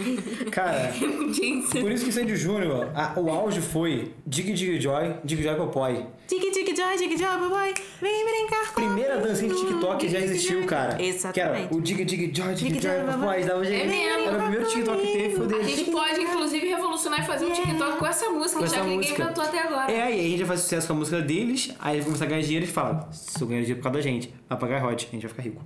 E: Cara,
G: Evidências.
F: (laughs)
E: por isso que Sandy Júnior, a- o auge foi Dig Dig Joy, Dig Joy Popoy.
F: Tic, tic, joy, tic, joy, papai. Vem brincar com
E: Primeira dancinha de TikTok que já existiu, cara. Que era
F: Exatamente.
E: o Dig Dig Joy, Dig
F: Dig
E: Joy
F: Joy
E: Popoy. Dava um jeito.
G: mesmo.
E: Era o primeiro TikTok que teve, foi
G: A
E: dele.
G: gente pode, inclusive, revolucionar e
F: É.
G: fazer um TikTok com essa música,
E: Com
G: já
E: essa
G: que ninguém
E: música.
G: cantou até agora.
E: É, e aí a gente já faz sucesso com a música deles, aí eles começam a ganhar dinheiro e eles falam: se eu ganhar dinheiro por causa da gente, vai pagar hot, a gente vai ficar rico.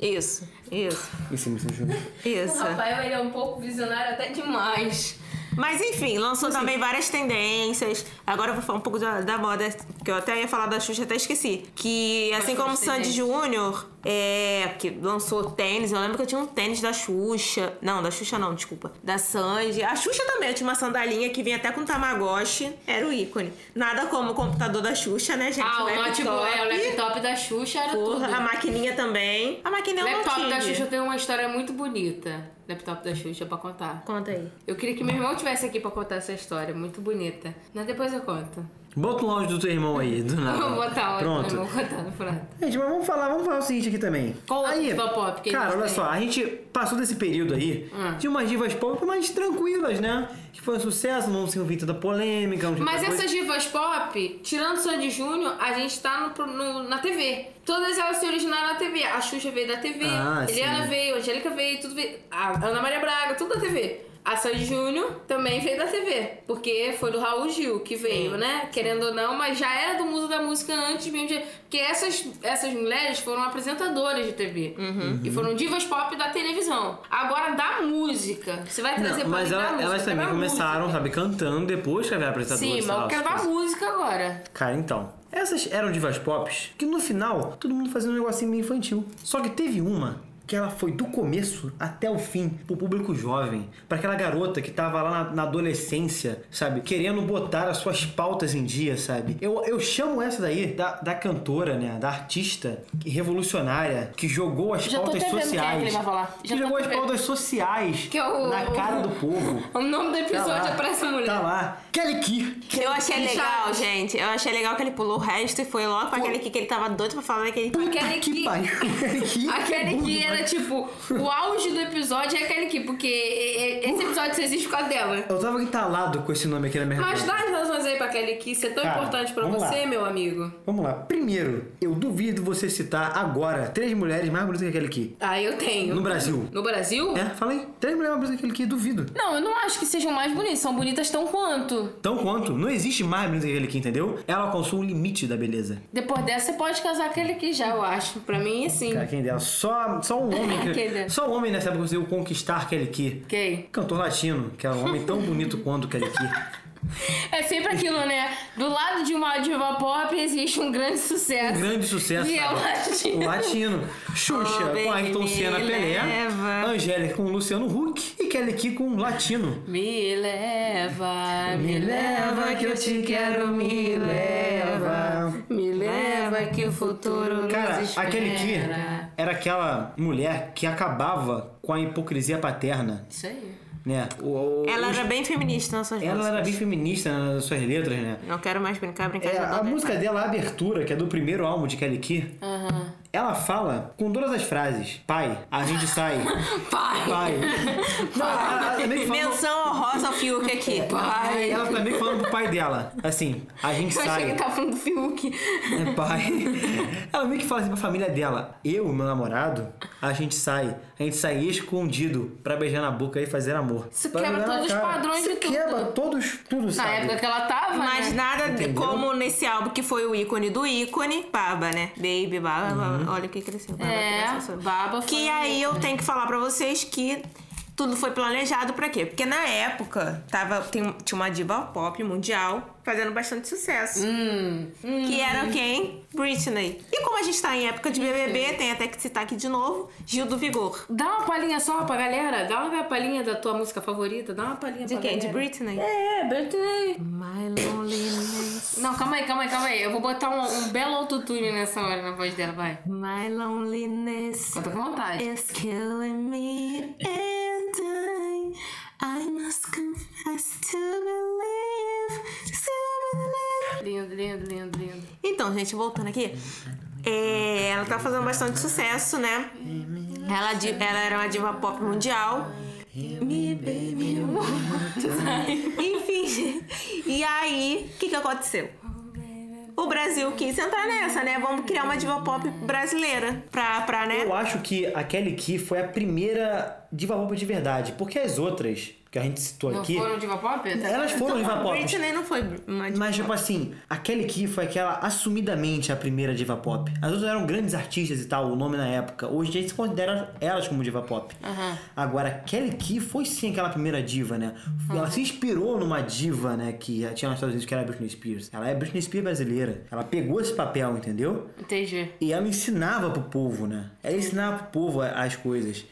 F: Isso, isso,
E: Em cima, Sandy Júnior.
G: O
F: isso.
G: Rafael, ele é um pouco visionário até demais.
F: Mas enfim, lançou também várias tendências. Agora eu vou falar um pouco da, da moda, que eu até ia falar da Xuxa, até esqueci. Que assim
G: foram
F: como
G: as
F: Sandy Júnior, é, que lançou tênis, eu lembro que eu tinha um tênis da Xuxa. Não, da Xuxa não, desculpa. Da Sandy. A Xuxa também, eu tinha uma sandalinha que vinha até com Tamagotchi. Era o ícone. Nada como o computador da Xuxa, né, gente?
G: Ah, o notebook,
F: Laptop.
G: é, o laptop da Xuxa era
F: Porra, a
G: tudo.
F: maquininha também. A maquininha é um
G: O
F: eu não
G: laptop da
F: tive.
G: Xuxa tem uma história muito bonita. Laptop da Xuxa pra contar.
F: Conta aí.
G: Eu queria que meu irmão tivesse aqui pra contar essa história, muito bonita. Mas depois eu conto.
E: Bota um áudio do teu irmão aí, do nada.
G: Vou botar um o
E: Tá Pronto.
G: meu irmão contando, pronto.
E: Gente, mas vamos falar, vamos falar o seguinte aqui também.
G: Qual outro diva pop que
E: Cara,
G: eles
E: olha
G: têm?
E: só, a gente passou desse período aí
G: Ah.
E: de umas divas pop mais tranquilas, né? Que foi um sucesso, não se envolveu da polêmica, não tinha
G: Mas
E: tanta coisa.
G: essas divas pop, tirando Sandy Júnior, a gente tá no- no- na TV. Todas elas se originaram na TV. A Xuxa veio da TV,
E: Ah,
G: Eliana
E: sim.
G: veio, Angélica veio, tudo veio. A Ana Maria Braga, tudo da TV. A Sandy Júnior também veio da TV, porque foi do Raul Gil que veio, né? Querendo ou não, mas já era do mundo da música antes mesmo. De... Porque essas, essas mulheres foram apresentadoras de TV.
E: Uhum.
G: E foram divas pop da televisão. Agora, da música. Você vai trazer
E: Não,
G: pra
E: mas
G: mim da
E: ela-
G: música, é
E: elas também
G: da
E: começaram,
G: música.
E: sabe, cantando depois que havia apresentadora.
G: Sim,
E: sei
G: mas
E: lá,
G: eu quero
E: essas
G: dar música agora.
E: Cara, então. Essas eram divas pop que no final todo mundo fazia um negocinho meio infantil. Só que teve uma que ela foi do começo até o fim pro público jovem. Pra aquela garota que tava lá na, na adolescência, sabe? Querendo botar as suas pautas em dia, sabe? Eu, eu chamo essa daí da, da cantora, né? Da artista que- revolucionária que jogou as
G: Já tô
E: pautas
G: até vendo quem é que
E: sociais.
G: ele vai falar. Já
E: que
G: tô
E: jogou as
G: até vendo.
E: pautas sociais
G: Que é o-
E: na cara do
G: (laughs)
E: povo.
G: O nome do
E: Tá
G: episódio
E: lá,
G: é pra essa mulher.
E: Tá lá. Kelly Key.
F: Eu achei
G: Chaves.
F: legal, gente. Eu achei legal que ele pulou o resto e foi logo pra aquele que que ele tá- tava doido pra falar daquele.
G: Aquele
E: que
G: que,
E: pariu. (laughs) Kelly Key é
G: aquele
E: bom
G: que era
E: demais.
G: tipo o auge do episódio é aquele que porque e- e- esse episódio episódio só existe por causa dela.
E: Eu tava entalado com esse nome aqui na minha
G: Mas
E: cabeça.
G: dá as razões aí pra Kelly que isso é tão
E: Cara,
G: importante pra
E: vamos
G: você,
E: lá.
G: meu amigo.
E: Vamos lá. Primeiro, eu duvido você citar agora três mulheres mais bonitas que aquela aqui.
G: Ah, eu tenho.
E: No Brasil.
G: No Brasil?
E: É, falei. Três mulheres mais bonitas que aquela aqui, duvido.
G: Não, eu não acho que sejam mais bonitas. São bonitas tão quanto.
E: Tão quanto, não existe mais bonita que aquela aqui, entendeu? Ela alcançou o limite da beleza.
G: Depois dessa, você pode casar aquele aqui já, eu acho. Pra mim, assim.
E: Cara, quem dera. Só, só um homem.
G: (laughs) Quem dera.
E: Que, só um homem nessa época conseguiu conquistar aquele aqui.
G: Ok.
E: Cantor latino, que é um homem tão bonito quanto aquele
G: (laughs)
E: aqui.
G: É sempre aquilo, né? Do lado de uma diva pop existe um grande sucesso.
E: Um grande sucesso. Um
G: E é o
E: cara.
G: latino.
E: O latino. Xuxa
G: Oh,
E: com Ayrton
G: baby,
E: Senna
G: me
E: Pelé.
F: leva.
E: Angélica com Luciano Huck. E Kelly Key com um latino.
G: Me leva, me leva que eu te quero, me leva. Me leva que o futuro
E: Cara,
G: nos espera.
E: aquele Key era aquela mulher que acabava com a hipocrisia paterna,
G: Isso aí.
E: né? O- o-
F: Ela
E: os-
F: era bem feminista Tá nas suas
E: ela
F: músicas.
E: era bem feminista nas suas letras, né?
F: Não quero mais brincar, brincar
E: É,
F: de
E: a
F: adolescente. (laughs)
E: música dela, a abertura, que é do primeiro álbum de Kelly Key,
G: Aham.
E: ela fala com todas as frases: Pai, a gente sai.
G: Pai.
E: Pai. Não, ela, ela também fala.
F: Menção honrosa ao Fiuk aqui.
G: Pai.
E: Ela também falando pro pai dela, assim, a gente
G: Eu achei
E: sai.
G: que tava tá falando do Fiuk.
E: É pai. Ela meio que fala assim pra família dela: Eu, meu namorado, a gente sai. A gente sai escondido pra beijar na boca e fazer amor.
G: Isso
E: Pra
G: quebra
E: olhar na
G: todos os
E: cara.
G: padrões
E: Isso
G: de tudo.
E: Quebra todos, tudo,
G: Na
E: sabe?
G: época que ela tava,
F: Mas
G: né?
F: nada de-
E: Entendeu?
F: como nesse álbum que foi o ícone do ícone, Baba, né? Baby, Baba, Baba. olha o que cresceu. Baba, criança
G: É,
F: sob-
G: baba foi...
F: Que aí eu tenho que falar pra vocês que tudo foi planejado pra quê? Porque na época tava, tem- um, tinha uma diva pop mundial fazendo bastante sucesso.
G: Hum, hum.
F: Que era quem? Britney. E como a gente tá em época de BBB,
G: Uhum.
F: tem até que citar aqui de novo, Gil do Vigor.
G: Dá uma palhinha só pra galera. Dá uma palhinha da tua música favorita. Dá uma palhinha
F: De
G: pra
F: quem? De
G: galera.
F: Britney?
G: É, Britney.
F: My loneliness,
G: Não, calma aí, calma aí, calma aí. Eu vou botar um, um belo autotune nessa hora na voz dela, vai.
F: my loneliness.
G: Eu tô com vontade.
F: It's killing me and I, I must confess to believe, to believe.
G: Lindo, lindo, lindo, lindo.
F: Então, gente, voltando aqui. é, ela tá fazendo bastante sucesso, né? Ela, di- ela era uma diva pop mundial. Me baby, (laughs) Enfim, e aí, o que, que aconteceu? O Brasil quis entrar nessa, né? Vamos criar uma diva pop brasileira pra, pra né?
E: Eu acho que a Kelly Key foi a primeira diva pop de verdade, porque as outras que a gente citou
G: Não
E: aqui,
G: foram diva pop?
E: elas foram diva
F: A
E: pop.
F: Então, Britney não foi uma diva
E: Mas, tipo assim, a Kelly Key foi aquela assumidamente a primeira diva pop. As outras eram grandes artistas e tal, o nome na época. Hoje a gente se considera elas como diva pop. Agora, a Kelly Key foi sim aquela primeira diva, né? Ela se inspirou numa diva, né, que tinha nos Estados Unidos, que era a Britney Spears. Ela é a Britney Spears brasileira. Ela pegou esse papel, entendeu?
G: Entendi.
E: E ela ensinava pro povo, né? Ela ensinava pro povo a- as coisas.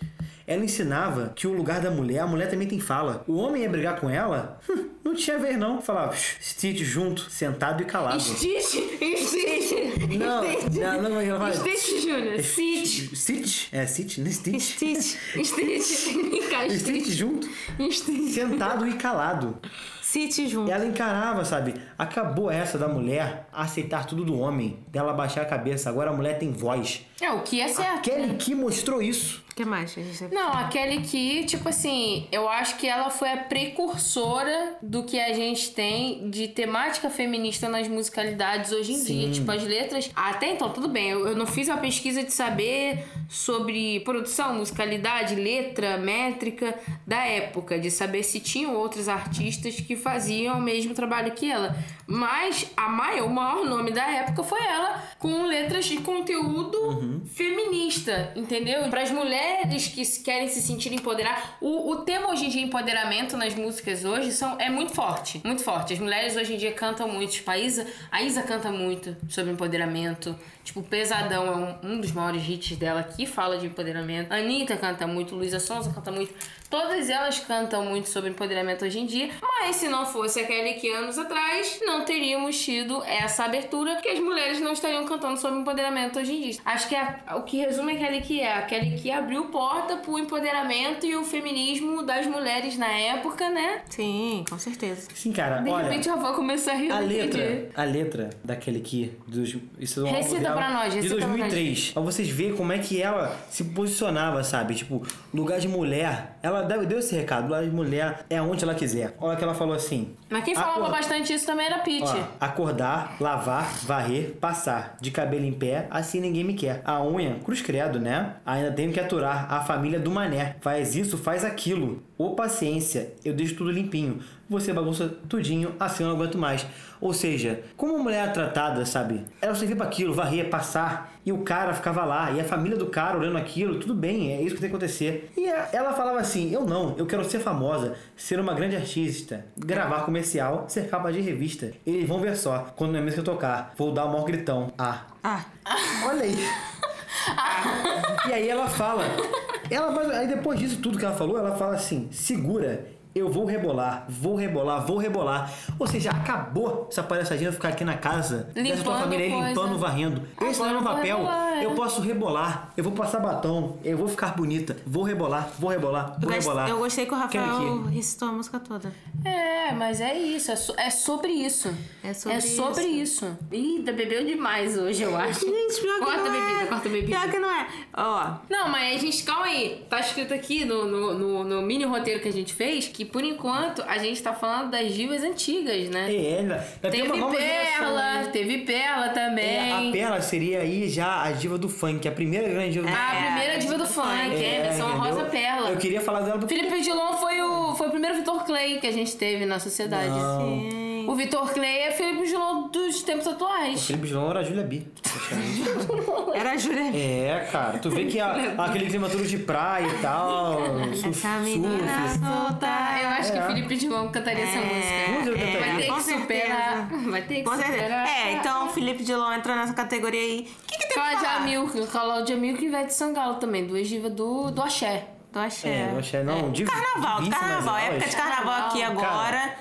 E: Ela ensinava que o lugar da mulher, a mulher também tem fala. O homem ia brigar com ela, hum, não tinha vez não. Falava, "Shh, Stitch junto, sentado e calado.
G: Stitch, Stitch.
E: Não, não, não, mas ela fala.
G: Stitch Júnior. Stitch.
E: Stitch? É, Stitch, não é Stitch.
G: Stitch. Stitch. Vem cá,
E: Stitch
G: Stitch.
E: junto,
G: Stitch.
E: sentado e calado.
F: Cite junto.
E: Ela encarava, sabe? Acabou essa da mulher aceitar tudo do homem, dela baixar a cabeça. Agora a mulher tem voz.
G: É, o que é certo.
E: Kelly que mostrou isso.
F: O que mais? que a gente-
G: Não, a Kelly que, tipo assim, eu acho que ela foi a precursora do que a gente tem de temática feminista nas musicalidades hoje em dia. Tipo, as letras. Até então, tudo bem, eu, eu não fiz uma pesquisa de saber sobre produção, musicalidade, letra, métrica da época, de saber se tinham outros artistas que faziam o mesmo trabalho que ela. Mas a maior, o maior nome da época foi ela, com letras de conteúdo feminista, entendeu? Para as mulheres que se- querem se sentir empoderar, o, o tema hoje em dia empoderamento nas músicas hoje são é muito forte, muito forte. As mulheres hoje em dia cantam muito, tipo, a Isa, a Isa canta muito sobre empoderamento. Tipo, Pesadão é um, um dos maiores hits dela que fala de empoderamento. Anitta canta muito, Luísa Sonza canta muito. Todas elas cantam muito sobre empoderamento hoje em dia, mas Mas se não fosse a Kelly que anos atrás, não teríamos tido essa abertura que as mulheres não estariam cantando sobre empoderamento hoje em dia. Acho que a- o que resume a Kelly que é, a Kelly que abriu porta pro empoderamento e o feminismo das mulheres na época, né?
F: Sim, com certeza.
E: Sim, cara,
G: De
E: olha.
G: repente a avó começou a rir,
E: A
G: eu não
E: letra,
G: entendi.
E: a letra daquele que dos, isso é um álbum
G: Recita
E: dela,
G: pra nós,
E: de
G: recita pra nós.
E: 2003. Pra vocês verem como é que ela se posicionava, sabe? Tipo, lugar de mulher. Ela deu deu esse recado, lugar de mulher é onde ela quiser. Olha que ela falou assim.
G: Mas quem falava
E: Acorda-
G: bastante isso também era a Pete.
E: Ó, acordar, lavar, varrer, passar. De cabelo em pé, assim ninguém me quer. A unha, cruz credo, né? Ainda tenho que aturar a família do mané. Faz isso, faz aquilo. Ô paciência, eu deixo tudo limpinho. Você bagunça tudinho, assim eu não aguento mais. Ou seja, como a mulher é tratada, sabe? Ela servia pra aquilo, varrer, passar. E o cara ficava lá, e a família do cara olhando aquilo, tudo bem, é isso que tem que acontecer. E a- ela falava assim: eu não, eu quero ser famosa, ser uma grande artista, gravar comercial, ser capa de revista. Eles vão ver só, quando é minha música tocar, vou dar o maior gritão. Ah.
F: Ah.
E: Olha aí.
G: Ah.
E: e aí ela fala. Ela, mas aí depois disso tudo que ela falou, ela fala assim: segura, eu vou rebolar, vou rebolar, vou rebolar. Ou seja, acabou essa palhaçadinha de ficar aqui na casa, dessa tua
G: Limpando
E: família aí
G: coisa.
E: limpando, varrendo. Esse não é
G: Agora
E: meu
G: eu vou
E: papel.
G: rebolar, é.
E: Eu posso rebolar, eu vou passar batom, eu vou ficar bonita, vou rebolar, vou rebolar,
F: Eu,
E: vou
F: gost-
E: rebolar.
F: eu gostei que o
E: Quero
F: Rafael
E: que-
F: recitou a música toda.
G: É, mas é isso, é, so- é sobre isso.
F: É sobre
G: isso. Ih, tá bebendo demais hoje, eu acho.
F: Gente, pior que
G: corta
F: não
G: a bebida,
F: é.
G: corta a bebida.
F: Pior que não é. Ó,
G: Não, mas a gente, calma aí. Tá escrito aqui no, no, no- no mini roteiro que a gente fez que, por enquanto, a gente tá falando das divas antigas, né?
E: É, ainda- ainda tem
G: Teve
E: uma nova geração, né?
G: Perla, teve Perla
E: É,
G: também.
E: a Perla seria aí já a diva do funk, a primeira grande diva do
G: A
E: funk.
G: primeira diva do funk, Emerson, a
E: É, entendeu?
G: Rosa Perla.
E: Eu queria falar dela do
G: Felipe Dilon foi o, foi o primeiro Vitor Clay que a gente teve na sociedade.
E: Não.
G: O Vitor Clay é Felipe Dilon dos tempos atuais.
E: Felipe João era a Júlia B.
F: era a Júlia.
E: é, cara. Tu vê que
F: (laughs)
E: a- aquele clima todo de praia e tal. Surf,
F: É Essa menina
E: surf. assim.
F: solta.
G: Tá? Eu acho
E: É.
G: que Felipe Dilon cantaria essa música.
E: Mas eu
G: Vai ter
E: cantaria.
F: É. com
G: que superar.
F: certeza.
G: Vai ter que
F: Com certeza.
G: superar.
F: É, então o Felipe Dilon entrou nessa categoria aí. O que, que tem que
G: Cláudia
F: falar?
G: Amilco, Cláudia Amilco e Ivete Sangalo também, duas divas do, do axé.
F: Tô achando.
E: É, não achei, não. De,
F: Carnaval,
E: de
F: carnaval. é
E: vícimas
F: Época
E: elas.
F: de carnaval aqui
E: Carnaval.
F: agora.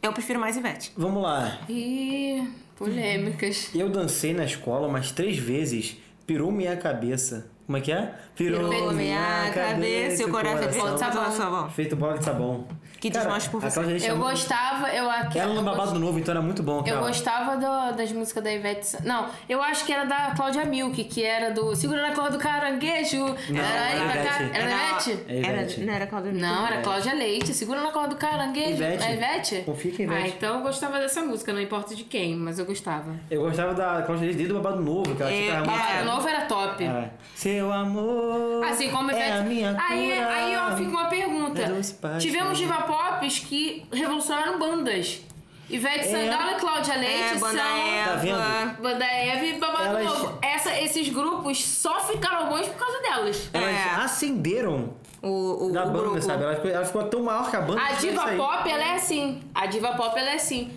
F: Eu prefiro mais Ivete.
E: Vamos lá.
G: E polêmicas.
E: Eu dancei na escola umas três vezes. Pirou minha cabeça. Como é que é? Pirou
G: Pirou
F: minha cabeça e o coração feito bola de Tá sabão. sabão.
E: Feito bola de sabão.
F: Que
E: Cara,
F: desmanche por
E: a
F: você.
E: Cláudia deixa
G: Eu
E: muito-
G: gostava, eu aqui.
E: Ela no babado novo, então era muito bom, cara.
G: Eu gostava do- das músicas da Ivete. Sa- Não, eu acho que era da Cláudia Milk, que era do Segura na Corda do Caranguejo. era
E: era
G: da
E: Ivete.
G: Era da Ivete?
E: É Ivete.
F: Era, não era Cláudia
G: Não, era Cláudia Leite. Segura na corda do caranguejo.
E: Ivete.
G: É Ivete?
E: Confia que é Ivete.
G: Ah, então eu gostava dessa música, não importa de quem, mas eu gostava.
E: Eu gostava da Cláudia Leite desde o babado novo, que ela
F: É,
E: tinha aquela música-
G: Papai Novo era top.
E: Cara, Seu amor.
G: Assim como Ivete.
E: é a minha
G: aí,
E: cura.
G: aí ó, fica uma pergunta.
E: Era um espaço.
G: Tivemos diva pops que revolucionaram bandas. Ivete Sangalo e Cláudia Leite
F: É, banda
G: são.
E: Tá
F: Eva.
E: vendo?
G: Banda Eva e Babado
E: Elas-
G: Novo. Essa, esses grupos só ficaram bons por causa delas.
E: Elas
F: É.
E: acenderam
F: O, o,
E: da
F: o
E: banda,
F: grupo.
E: sabe? Ela ficou, ela ficou tão maior que a banda.
G: Ah, A
E: que
G: diva
E: isso aí.
G: pop, ela é assim. A diva pop, ela é assim.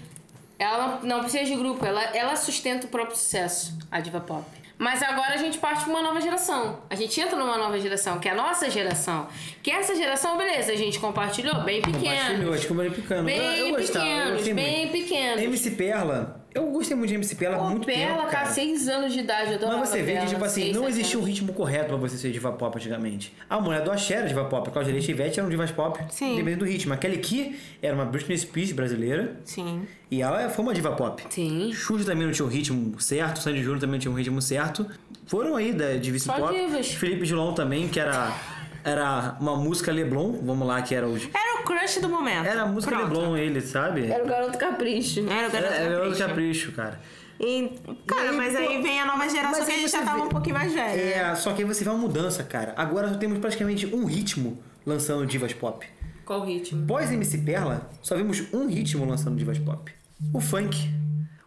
G: Ela não precisa de grupo, ela, ela sustenta o próprio sucesso, a diva pop. Mas agora a gente parte pra uma nova geração. A gente entra numa nova geração, que é a nossa geração. Que essa geração, beleza, a gente compartilhou bem
E: Compartilhou,
G: pequeno.
E: acho que eu morei picando.
G: Bem
E: eu, eu gostava, eu
G: pequenos,
E: gostei
G: bem
E: muito.
G: pequenos.
E: MC Perla. Eu gostei muito de MC Perla há
G: Pô,
E: muito
G: Perla,
E: tempo,
G: cara,
E: cara.
G: 6 anos de idade, eu adorava
E: Mas você vê que,
G: Perla,
E: tipo assim,
G: seis,
E: não
G: sete
E: existia um
G: anos.
E: ritmo correto pra você ser diva pop antigamente. A mulher do Axé era diva pop, a Cláudia Leite e Ivete eram divas pop,
F: Sim.
E: dependendo do ritmo. A Kelly Key era uma Britney Spears brasileira
F: Sim.
E: e ela foi uma diva pop.
G: Sim.
E: Xuxa também não tinha o ritmo certo, Sandy Júnior também não tinha um ritmo certo. Foram aí da, de vice
G: Só
E: pop.
G: divas.
E: Felipe Dilon também, que era, era uma música Leblon, vamos lá, que era o.
F: Era o crush do momento.
E: Era a música
F: Pronto.
E: Leblon, ele, sabe?
G: Era o garoto capricho.
F: Era o
E: Era,
F: garoto
E: era o
F: capricho.
E: capricho, cara.
F: E, cara,
E: E aí,
F: mas
E: pô,
F: aí vem a nova geração
E: mas
F: que a
E: aí
F: gente já
E: você
F: tava
E: vê-
F: um pouquinho mais velho.
E: É, só que aí você vê uma mudança, cara. Agora só temos praticamente um ritmo lançando divas pop.
G: Qual o ritmo?
E: Pós MC Perla, só vimos um ritmo lançando divas pop. O funk.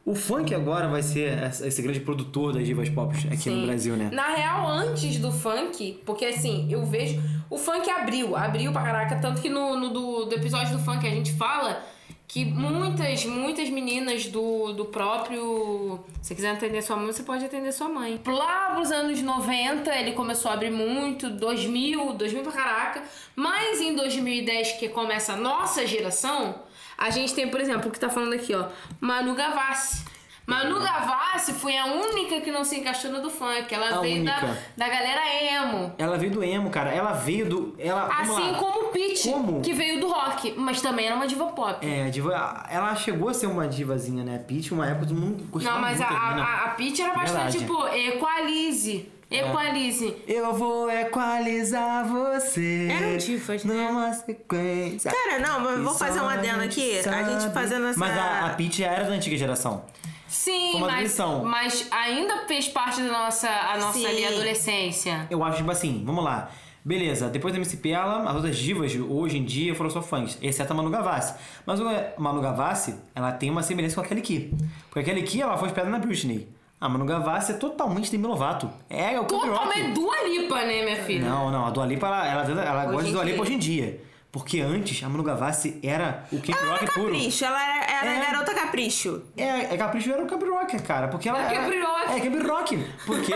E: O funk agora vai ser essa- esse grande produtor das divas pop aqui no
G: Sim.
E: Brasil, né?
G: Na real, antes do funk, porque assim, eu vejo. O funk abriu, abriu pra caraca, tanto que no, no do, do episódio do funk a gente fala que muitas, muitas meninas do, do próprio. Se você quiser atender sua mãe, você pode atender sua mãe. Lá pros anos 90, ele começou a abrir muito, 2000, 2000 pra caraca. Mas em 2010, que começa a nossa geração, a gente tem, por exemplo, o que tá falando aqui, ó, Manu Gavassi. Manu Gavassi foi a única que não se encaixou no do funk. Ela
E: A
G: veio da,
E: única.
G: da galera emo.
E: Ela veio do emo, cara. Ela veio do. Ela, vamos
G: Assim
E: lá.
G: como o Pete,
E: Como?
G: que veio do rock, mas também era uma diva pop.
E: É, a diva, ela chegou a ser uma divazinha, né? Peach, uma época todo mundo gostava
G: Não, mas a,
E: muito
G: a,
E: né?
G: a- a Pitty era
E: Verdade.
G: bastante,
E: É.
G: tipo, equalize. Equalize.
E: Eu vou equalizar você.
F: Eram divas, né?
E: Numa sequência.
F: Cara, não, mas vou fazer um adendo aqui. A gente fazendo essa.
E: Mas a, a Peach já era da antiga geração.
G: Sim,
E: Foi uma
G: mas,
E: transição.
G: mas ainda fez parte da nossa, a nossa
F: Sim.
G: ali, adolescência.
E: Eu acho, tipo assim, vamos lá. Beleza, depois da MCP, ela, as outras divas de hoje em dia foram só fãs, exceto a Manu Gavassi. Mas a Manu Gavassi, ela tem uma semelhança com a Kelly Key. Porque a Kelly Key, ela foi esperada na Britney. A Manu Gavassi é totalmente Demi Lovato. É, é o pop rock.
G: Totalmente Dua Lipa, né, minha filha?
E: Não, não, a Dua Lipa, ela, ela, ela gosta
G: em
E: de Dua Lipa
G: dia.
E: hoje em dia. Porque antes, a Manu Gavassi era o Camp
F: Ela
E: Rock
F: era
E: puro.
F: capricho, ela era, ela era
E: É.
F: garota capricho.
E: É, é Capricho era o Camp Rock, cara. Porque ela
G: É
E: era-
G: Camp Rock.
E: É Camp Rock. Porque...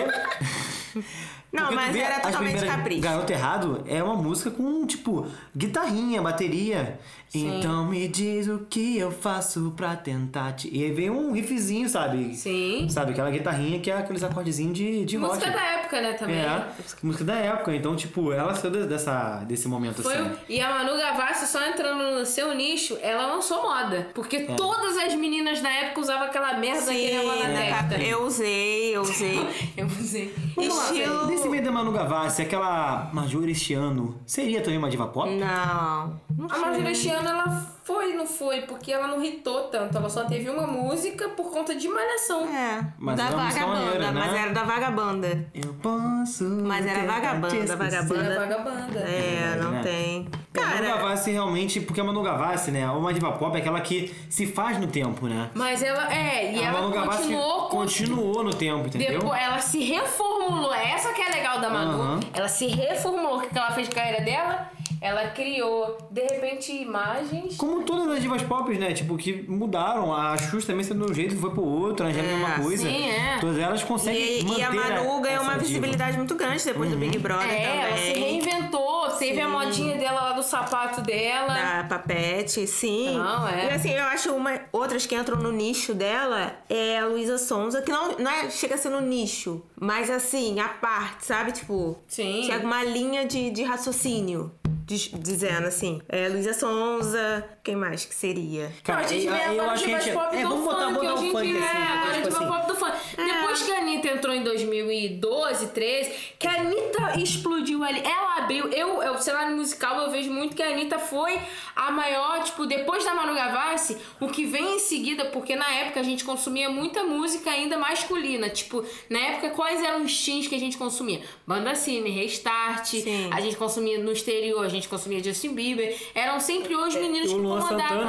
F: Não,
E: Porque tu
F: mas
E: vê
F: era
E: as
F: totalmente
E: primeiras-
F: capricho.
E: Garoto Errado é uma música com, tipo, guitarrinha, bateria. Então me diz o que eu faço pra tentar te... E aí vem um riffzinho, sabe?
G: Sim.
E: Sabe, aquela guitarrinha que é aqueles acordezinhos de, de rock.
G: Música da época, né, também.
E: É, música da época. Então, tipo, ela saiu de- dessa, desse momento
G: Foi,
E: assim.
G: o- e a Manu Gavassi, só entrando no seu nicho, ela lançou moda. Porque
E: É.
G: todas as meninas da época usavam aquela merda que
F: Sim,
G: ela na
F: né,
G: testa.
F: cara? eu usei, eu usei.
E: (laughs)
G: Eu usei.
F: um Estilo-
E: Nesse meio da Manu Gavassi, aquela Marjorie este ano, seria também uma diva pop?
F: Não. não
G: A
F: sei.
G: Marjorie este ano, ela foi, não foi, porque ela não hitou tanto. Ela só teve uma música por conta de malhação.
F: É,
E: Mas
F: da
E: era uma música
F: vagabanda,
E: maneira, né?
F: mas era da vagabanda.
E: Eu posso.
F: Mas era
E: tentar
F: vagabanda,
E: te esquecer.
F: vagabanda.
G: Era vagabanda.
F: É,
E: verdade,
F: não
E: né?
F: tem.
E: A Manu
F: Cara,
E: Gavassi realmente, porque a Manu Gavassi, né, uma diva pop é aquela que se faz no tempo, né?
G: Mas ela, é, e
E: a
G: ela
E: Manu Gavassi
G: continuou com...
E: continuou no tempo, entendeu?
G: Depois, ela se reformulou. Essa que é legal da Manu.
E: Aham.
G: Ela se reformulou. O que que ela fez com a carreira dela? Ela criou, de repente, imagens...
E: Como todas as divas pop, né? Tipo, que mudaram. A Xuxa também sendo de um jeito, foi pro outro, a Angélica é,
F: É,
E: uma coisa.
G: sim, é.
E: Todas elas conseguem
F: e,
E: manter
F: e a Manu ganhou
E: essa diva.
F: uma
E: Uhum.
F: visibilidade muito grande depois do Big Brother
G: É, ela se
F: também.
G: reinventou. Teve a modinha dela lá do sapato dela.
F: Da Papete, sim.
G: Não, é.
F: E assim, eu acho uma, outras que entram no nicho dela é a Luísa Sonza, que não, não é, chega a ser no nicho, mas assim, a parte, sabe? Tipo,
G: Sim.
F: chega uma linha de, de raciocínio. diz- Dizendo assim, é, Luísa Sonza, quem mais que seria?
E: Cara,
G: não, a gente
E: eu-
G: vê
E: eu
G: agora
E: acho que a
G: divas
E: gente-
G: pop
E: é,
G: do
E: vamos botar-
G: funk.
E: botar o
G: hoje em
E: funk,
G: dia,
E: assim,
G: é,
E: tipo
G: a gente
E: assim.
G: pop do funk. Depois que a Anitta entrou em 2012, 13, que a Anitta explodiu ali. Ela abriu. Eu, eu sei lá, no musical, eu vejo muito que a Anitta foi a maior, tipo, depois da Manu Gavassi, o que vem em seguida, porque na época a gente consumia muita música ainda masculina. Tipo, na época, quais eram os teens que a gente consumia? Banda Cine, Restart,
F: Sim.
G: a gente consumia no exterior, a gente consumia Justin Bieber. Eram sempre os meninos
E: o
G: que
E: Luan
G: incomodavam.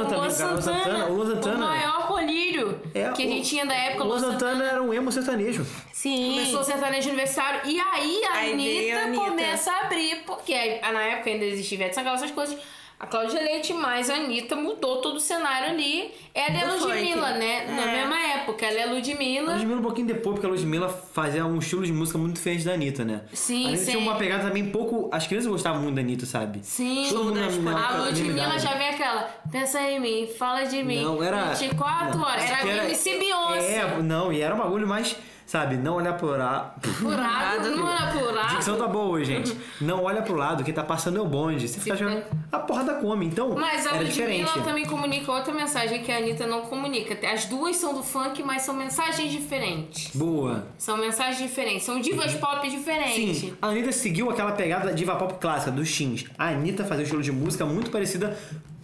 E: Santana também,
G: o Luan
E: cara, o Luan
G: Santana,
E: Santana- o Luan Santana-
G: o maior colírio
E: É,
G: que a
E: o-
G: gente tinha da época.
E: Luan Santana era um emo sertanejo.
F: Sim.
G: Começou o sertanejo aniversário. E aí a
F: Aí veio a
G: Anitta
F: Anitta.
G: começa a abrir, porque aí- na época ainda existia Ivete Sangalo, essas coisas. A Cláudia Leite mais a Anitta mudou todo o cenário ali. Ela é
F: Do
G: Ludmilla,
F: funk.
G: né? Na
F: É.
G: mesma época, ela é
E: A
G: Ludmilla.
E: Ludmilla um pouquinho depois, porque a Ludmilla fazia um estilo de música muito diferente da Anitta, né?
G: Sim,
E: a Anitta
G: sim.
E: tinha uma pegada também pouco... As crianças gostavam muito da Anitta, sabe?
G: Sim.
E: Todo mundo na- na-
G: A
E: na
G: Ludmilla
E: idade.
G: já vem aquela, pensa em mim, fala de mim.
E: Não, era...
G: 24
E: não,
G: horas.
E: acho
G: Era,
E: que
G: MC Beyoncé.
E: É, não, e era um bagulho mais... Sabe, não olhar pro (laughs) lado.
G: Furado, não era
E: Dicção
G: furado.
E: tá boa, hoje, gente. Não olha pro lado, quem tá passando é o bonde. Você fica achando... A porra da come, então...
G: né? Mas a
E: era
G: Ludmilla
E: diferente.
G: também comunica outra mensagem que a Anitta não comunica. As duas são do funk, mas são mensagens diferentes.
E: Boa.
G: São mensagens diferentes. São divas pop diferentes.
E: Sim, a Anitta seguiu aquela pegada diva pop clássica dos Shins. A Anitta fazia um estilo de música muito parecida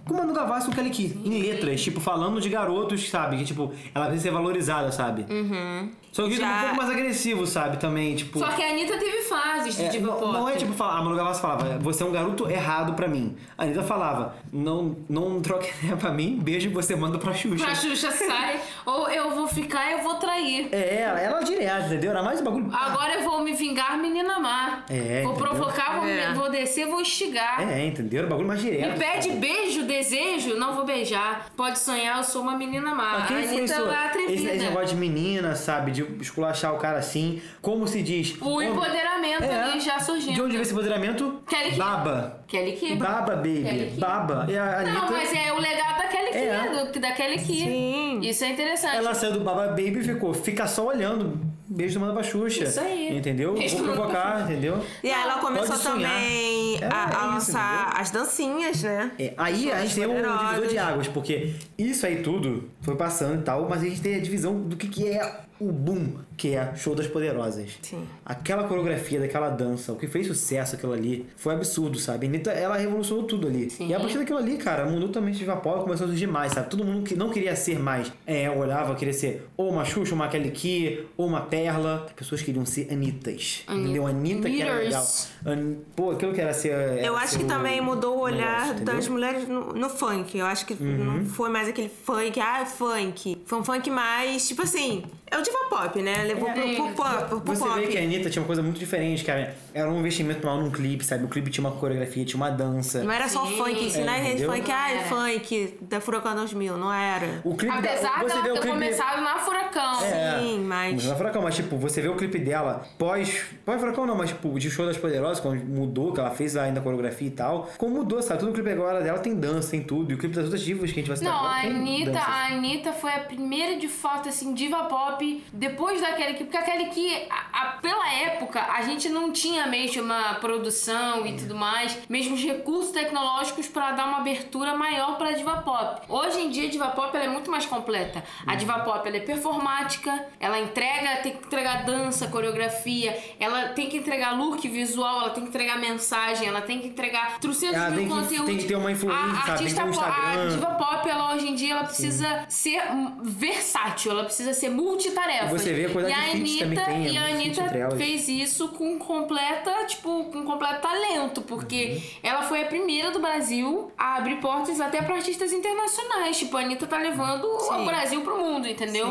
E: com o Manu Gavassi e o Kelly Key, em letras, tipo, falando de garotos, sabe? Que, tipo, ela precisa ser valorizada, sabe? Uhum. Só que o jeito
F: Já-
E: um pouco mais agressivo, sabe? Também, tipo...
G: Só que a Anitta teve fases de
E: É,
G: diva
E: não,
G: pop.
E: não é
G: (laughs)
E: tipo falar, a Manu Gavassi falava, você é um garoto errado pra mim. A Anitta falava, não, não troca (laughs) ideia pra mim, beijo e você manda pra Xuxa.
G: Pra Xuxa sai, ou eu vou ficar, eu vou trair.
E: É, ela, ela direto, entendeu? Era mais um bagulho.
G: Agora eu vou me vingar, menina má.
E: É,
G: vou
E: entendeu?
G: provocar, vou,
F: É.
G: vou descer, vou instigar.
E: É, entendeu? É, Era um bagulho mais direto.
G: Me pede beijo, de Desejo, não vou beijar. Pode sonhar, eu sou uma menina má.
E: Mas
G: A
E: quem
G: Anitta
E: influenciou?
G: é
E: Esse,
G: atrevida.
E: esse negócio de menina, sabe? De esculachar o cara assim. Como se diz?
G: O empoderamento ali já surgindo.
E: É. De onde veio esse empoderamento?
G: Kelly Ki-
E: Baba.
G: Kelly Ki.
E: Baba,
G: Kelly
E: baby.
G: Ki.
E: Baba. E a Anitta,
G: Não, mas é o legado da Kelly Ki,
E: É.
G: do- da Kelly Ki.
F: Sim.
G: Isso é interessante.
E: Ela saiu do Baba Baby e ficou, fica só olhando. Beijo do Mano Baixuxa.
G: Isso aí.
E: Entendeu?
G: Beijo do
E: Vou
G: Mano
E: provocar, entendeu?
F: E aí ela começou
E: Pode sonhar.
F: também
E: É,
F: a, a
E: é isso,
F: lançar
E: entendeu?
F: as dancinhas, né?
E: É, aí a gente tem um
F: poderosas.
E: divisor de águas, porque isso aí tudo foi passando e tal, mas a gente tem a divisão do que, que é o boom, que é show das poderosas.
F: Sim.
E: Aquela coreografia daquela dança, o que fez sucesso aquilo ali, foi absurdo, sabe? A Anitta, ela revolucionou tudo ali.
G: Sim.
E: E a partir daquilo ali, cara, mudou também de vapor, começou a surgir mais, sabe? Todo mundo que não queria ser mais, é, olhava, queria ser ou uma Xuxa, ou uma Kelly Key, ou uma Perla. As pessoas queriam ser Anitas,
G: Anitta.
E: entendeu? Anitta que era
G: Leaders.
E: legal. An- Pô, aquilo que era ser...
F: Eu acho que também mudou o olhar das
E: das mulheres.
F: mulheres no, no funk. Eu acho que não
E: Uhum.
F: foi mais aquele funk, ah, funk. Foi um funk mais, tipo assim, é o diva pop, né? Levou pro, pro pop. Pro,
E: Você
F: pop.
E: vê que é a Anitta tinha uma coisa muito diferente, cara. Era um investimento mal num clipe, sabe? O clipe tinha uma coreografia, tinha uma dança.
F: Não era só
G: Sim.
F: funk, isso não
E: É,
F: era
E: entendeu?
F: funk,
G: Não
F: ah,
G: era.
F: funk da Furacão 2000, não era.
E: O clipe
G: Apesar
E: da, você vê
G: dela
E: o
G: ter
E: clipe...
G: começado assim, na Furacão.
E: É,
F: Sim, mas-
E: Não é Furacão, mas tipo, você vê o clipe dela pós. Pós Furacão não, mas tipo, de Show das Poderosas, quando mudou, que ela fez ainda a coreografia e tal. Como mudou, sabe? Todo o clipe agora dela tem dança, tem tudo. E o clipe das outras divas que a gente vai citar
G: Não,
E: agora
G: a
E: tem
G: Anitta,
E: danças.
G: a Anitta foi a primeira de fato, assim, diva pop depois da Kelly Ki, porque a Kelly Ki, a- a- pela época, a gente não tinha mesmo uma produção
E: É.
G: e tudo mais, mesmo os recursos tecnológicos pra dar uma abertura maior pra diva pop. Hoje em dia, a diva pop ela é muito mais completa. A
E: Uhum.
G: diva pop ela é performática, ela entrega, tem que entregar dança, coreografia, ela tem que entregar look visual, ela tem que entregar mensagem, ela tem que entregar trocentos
E: Ela Ah,
G: mil
E: tem que- tem que
G: conteúdos.
E: ter uma influência,
G: A
E: sabe? Tem que
G: artista
E: ter um
G: po- a
E: Instagram.
G: diva pop, ela hoje em dia, ela precisa ser hum, versátil, ela precisa ser multitarefa.
E: Você vê a
G: e
E: quantidade
G: a
E: de feats também
G: Anitta,
E: tem,
G: e a
E: é muito feat entre
G: Anitta
E: elas.
G: fez isso com completa, tipo, com completo talento, porque ela foi a primeira do Brasil a abrir portas até pra artistas internacionais. Tipo, a Anitta tá levando o Brasil pro mundo, entendeu?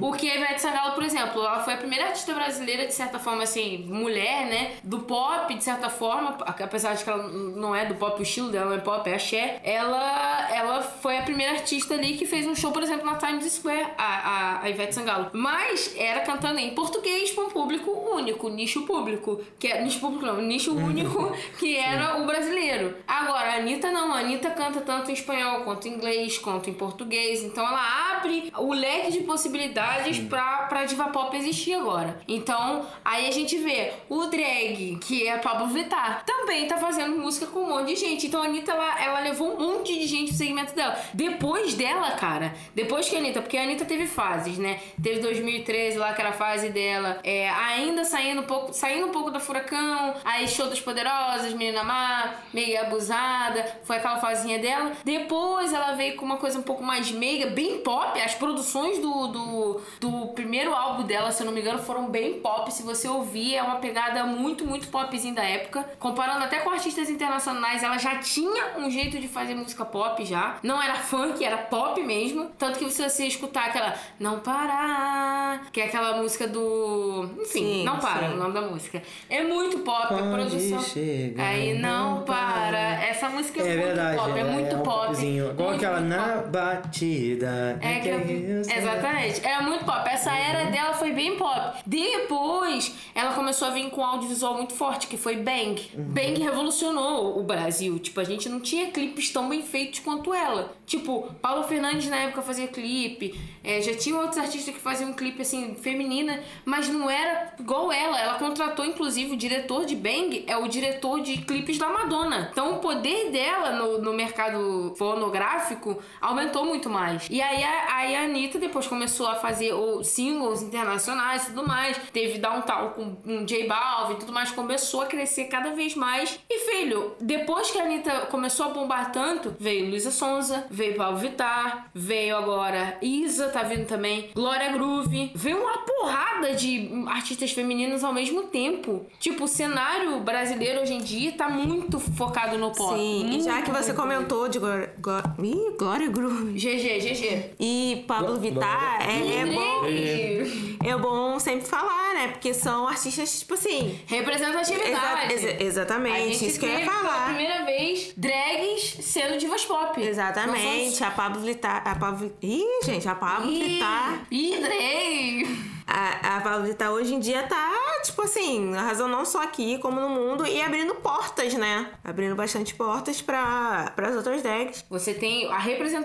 G: O que a Ivete Sangalo, por exemplo, ela foi a primeira artista brasileira, de certa forma, assim, mulher, né? Do pop, de certa forma, apesar de que ela não é do pop, o estilo dela não é pop, é axé. Ela, ela foi a primeira artista ali que fez um show, por exemplo, na Times Square, a, a, a Ivete Sangalo. Mas era cantando em português pra um público único, nicho público. Que é, nicho público não, nicho único, que era o brasileiro. Agora, a Anitta não. A Anitta canta tanto em espanhol, quanto em inglês, quanto em português. Então ela abre o leque de possibilidades pra, pra diva pop existir agora. Então, aí a gente vê o drag, que é a Pablo Vittar, também tá fazendo música com um monte de gente. Então a Anitta, ela, ela levou um monte de gente pro segmento dela. Depois dela, cara, depois que a Anitta, porque a Anitta teve fases, né? Teve 2013 lá, que era a fase dela, é, ainda saindo um pouco, saindo um pouco da Furacão, aí Show dos Poderosos, Menina Má, meio abusada, foi aquela fazinha dela. Depois ela veio com uma coisa um pouco mais meiga, bem pop. As produções do, do, do primeiro álbum dela, se eu não me engano, foram bem pop. Se você ouvir, é uma pegada muito, muito popzinha da época. Comparando até com artistas internacionais, ela já tinha um jeito de fazer música pop já. Não era funk, era pop mesmo. Tanto que se você escutar aquela Não Parar, que é aquela música do. Enfim,
F: Sim,
G: Não Para,
F: sim.
G: o nome da música. É muito pop,
E: Pode
G: a produção.
E: chegar,
G: Aí não
E: não para.
G: para. Essa música é,
E: É
G: muito
E: verdade,
G: pop, é,
E: ela
G: muito
E: um
G: pop.
E: popzinho. Igual
G: muito,
E: aquela
G: muito
E: na
G: pop.
E: batida.
G: É que eu vi.
E: eu sei. Uhum.
G: Exatamente. Era muito pop. Essa era dela foi bem pop. Depois, ela começou a vir com um audiovisual muito forte, que foi Bang.
E: Uhum.
G: Bang revolucionou o Brasil. Tipo, a gente não tinha clipes tão bem feitos quanto ela. Tipo, Paulo Fernandes na época fazia clipe. é, já tinha outros artistas que faziam clipe, assim, feminina. Mas não era igual ela. Ela contratou, inclusive, o diretor de Bang é o diretor de clipes da Madonna. Então, o poder dela no, no mercado fonográfico aumentou muito mais. E aí a, aí a Anitta depois começou a fazer o, singles internacionais e tudo mais. Teve Downtown com um J Balvin e tudo mais. Começou a crescer cada vez mais. E filho, depois que a Anitta começou a bombar tanto, veio Luísa Sonza, veio Paulo Vittar, veio agora Isa, tá vindo também, Glória Groove. Veio uma porrada de artistas femininas ao mesmo tempo. Tipo, o cenário brasileiro hoje em dia tá muito focado no pop. Hum,
F: Sim, e
G: Muito
F: já que você
G: focado.
F: comentou de Glória, Glória, Ih, Glória Groove
G: GG, GG.
F: e Pablo Vittar, é, é bom. É bom sempre falar, né? Porque são artistas, tipo assim.
G: Representatividade.
F: exa- exa-
G: A
F: exatamente,
G: gente
F: isso que eu ia
G: teve Pela
F: falar.
G: primeira vez, drags sendo divas pop.
F: Exatamente, É a Pablo Vittar. A Pablo. Ih, gente, a Pablo
G: Ih,
F: Vittar.
G: ih, drag.
F: A, a Pablo Vittar hoje em dia tá, tipo assim, arrasando não só aqui, como no mundo, e abrindo portas, né? Abrindo bastante portas pra, pras outras drags.
G: Você tem a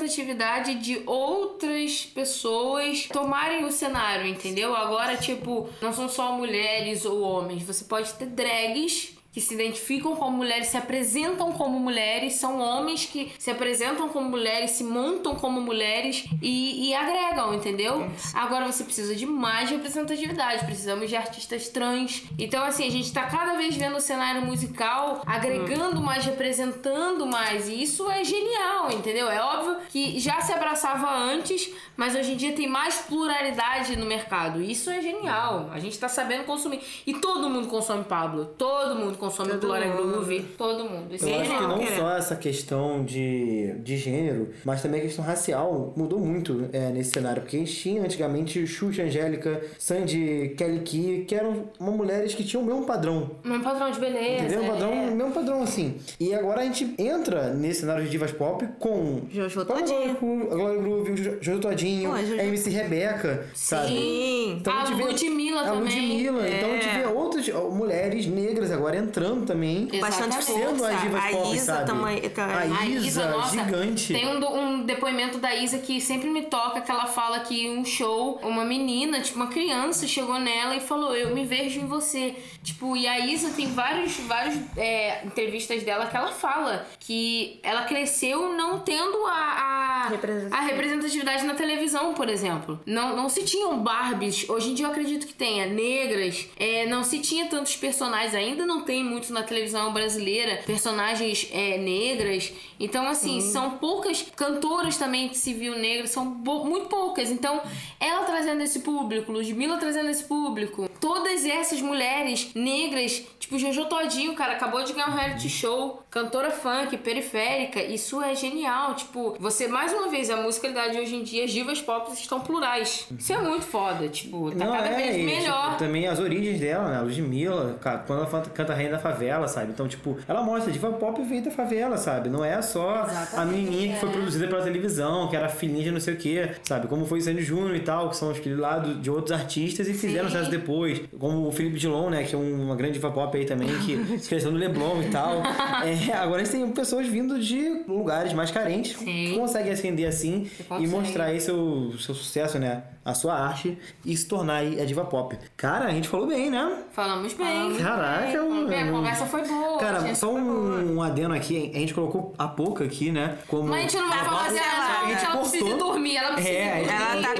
G: representatividade de outras pessoas tomarem o cenário, entendeu? Agora, tipo, não são só mulheres ou homens. Você pode ter drags que se identificam como mulheres, se apresentam como mulheres, são homens que se apresentam como mulheres, se montam como mulheres e, e agregam, entendeu? Agora você precisa de mais representatividade, precisamos de artistas trans. Então, assim, a gente tá cada vez vendo o cenário musical agregando
E: Hum.
G: mais, representando mais. E isso é genial, entendeu? É óbvio que já se abraçava antes, mas hoje em dia tem mais pluralidade no mercado. Isso é genial. A gente tá sabendo consumir. E todo mundo consome Pablo. Todo mundo consome Glória Groove. Todo mundo. Isso
E: Eu
G: é
E: acho que
G: genial.
E: não
F: querendo.
E: só essa questão de, de gênero, mas também a questão racial mudou muito é, nesse cenário. Porque a gente tinha antigamente Xuxa, Angélica, Sandy, Kelly Key, que eram uma mulheres que tinham o mesmo padrão.
G: Não é padrão de beleza.
E: Entendeu? Um padrão,
G: é.
E: mesmo padrão assim. E agora a gente entra nesse cenário de divas pop com.
F: Jojo
E: Paula
F: Todinho.
E: Gro- A Glória Groove, o Jo- Jojo Todinho,
F: Pô, a Jojo-
E: a MC Rebeca, sabe?
F: Sim.
E: Então
G: A
E: gente vê-
G: Ludmilla
E: a
G: também.
E: Ludmilla. Então a gente
F: É.
E: vê outras ó, mulheres negras agora entrando também.
F: Bastante
G: Exatamente.
F: força.
E: Sendo as divas
F: a
E: pop,
F: Isa
E: sabe?
F: também. tá-
E: A
G: A
E: Isa,
G: Isa, nossa,
E: gigante.
G: tem um, do- um depoimento da Isa que sempre me toca, que ela fala que um show, uma menina, tipo uma criança, chegou nela e falou, eu me vejo em você. Tipo, e a Isa tem vários, vários é, entrevistas dela que ela fala que ela cresceu não tendo a, a,
F: Representação.
G: a representatividade na televisão, por exemplo. Não, não se tinham Barbies, hoje em dia eu acredito que tenha, negras, é, não se tinha tantos personagens, ainda não tem muito na televisão brasileira, personagens é, negras. Então, assim, são poucas cantoras também que se viu negras, são bo- muito poucas. Então, ela trazendo esse público, Ludmilla trazendo esse público, todas essas mulheres negras, tipo Jojo Todinho, cara, acabou de ganhar um reality show, cantora funk, periférica, isso é genial. Tipo, você, mais uma vez, a musicalidade hoje em dia, as divas pop estão plurais. Isso é muito foda, tipo, tá cada vez
E: e,
G: melhor.
E: tipo, também as origens dela, né? A Ludmilla, cara, quando ela fanta- canta Rainha da Favela, sabe? Então, tipo, ela mostra, diva pop veio da favela, sabe? Não é só a menininha que
G: é.
E: foi produzida pela televisão, que era filhinha de não sei o quê, sabe? Como foi Sandy Júnior e tal, que são os que lá do- de outros artistas e fizeram sucesso depois. Como o Felipe Dilon, né? Que é um- uma grande diva pop aí também,
G: (laughs)
E: que cresceu no Leblon e tal. É, agora a gente tem pessoas vindo de lugares mais carentes, que
G: Sim.
E: conseguem ascender assim e
G: consegue.
E: mostrar aí seu, seu sucesso, né? A sua arte e se tornar aí a diva pop. Cara, a gente falou bem, né?
G: Falamos bem.
E: Caraca, é um-
G: Falamos bem, é, a
E: mano.
G: conversa foi boa.
E: Cara,
G: gente.
E: só um, um adeno aqui, a gente colocou a pouca aqui, né? Como.
G: Mas a gente não vai falar
F: bota
G: dela,
F: ela,
G: não,
F: a
G: gente.
E: gente
G: Ela precisa ir
E: cortou.
G: dormir, ela precisa
E: É, a
G: ir
E: gente
G: dormir.
F: Ela tá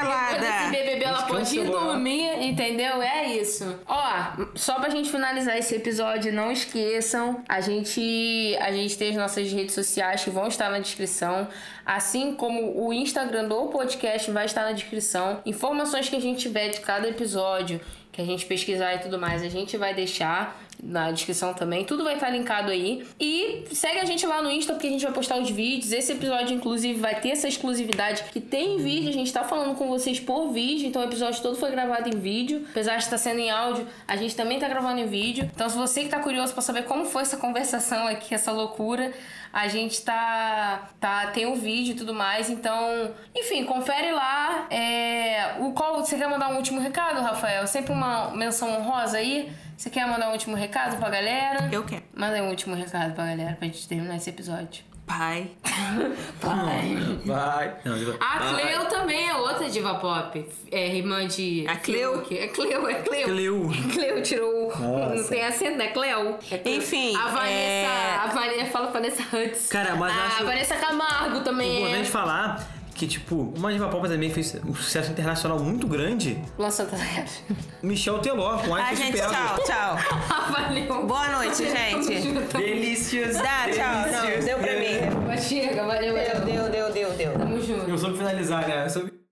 G: Depois
F: cancelada.
G: desse bebê, ela
E: Descansa,
G: pode ir
E: Luana.
G: dormir, entendeu? É isso. Ó, só pra gente finalizar esse episódio, não esqueçam, a gente a gente tem as nossas redes sociais que vão estar na descrição, assim como o Instagram do podcast vai estar na descrição. Informações que a gente tiver de cada episódio, que a gente pesquisar e tudo mais, a gente vai deixar na descrição também. Tudo vai estar linkado aí. E segue a gente lá no Insta, porque a gente vai postar os vídeos. Esse episódio, inclusive, vai ter essa exclusividade que tem vídeo. A gente tá falando com vocês por vídeo. Então o episódio todo foi gravado em vídeo. Apesar de estar sendo em áudio, a gente também tá gravando em vídeo. Então, se você que tá curioso pra saber como foi essa conversação aqui, essa loucura, a gente tá. tá tem o vídeo e tudo mais. Então, enfim, confere lá. É, o qual você quer mandar um último recado, Rafael? Sempre uma menção honrosa aí. Você quer mandar um último recado pra galera?
F: Eu quero.
G: Manda aí um último recado pra galera pra gente terminar esse episódio.
F: Pai.
E: (laughs) Vai. Não, diva...
G: A Cleo também é outra diva pop. É irmã de.
F: A Cleo?
G: Fiuk. É Cleo, é Cleo.
E: Cleu.
G: (laughs) Cleo tirou. o-
E: Nossa.
G: Não tem acento, né? Cleo. É Cleo.
F: Enfim,
G: A Vanessa.
F: é-
G: A Vanessa fala Vanessa Hudson.
E: Cara, mas
G: a
E: acho-
G: Vanessa Camargo também é.
E: Importante falar que, tipo, uma diva pop também fez um sucesso internacional muito grande.
G: Lança (laughs)
E: Michel Teló, com
F: Ai,
E: Ai,
F: gente,
E: Pego.
F: tchau, tchau.
G: Ah, Valeu.
F: Boa noite, gente.
E: Delícias.
F: Dá, tchau. Não, deu pra mim.
G: Chega, valeu, valeu.
F: Deu, deu, deu, deu.
G: Tamo junto.
E: Eu soube finalizar, né? Eu soube...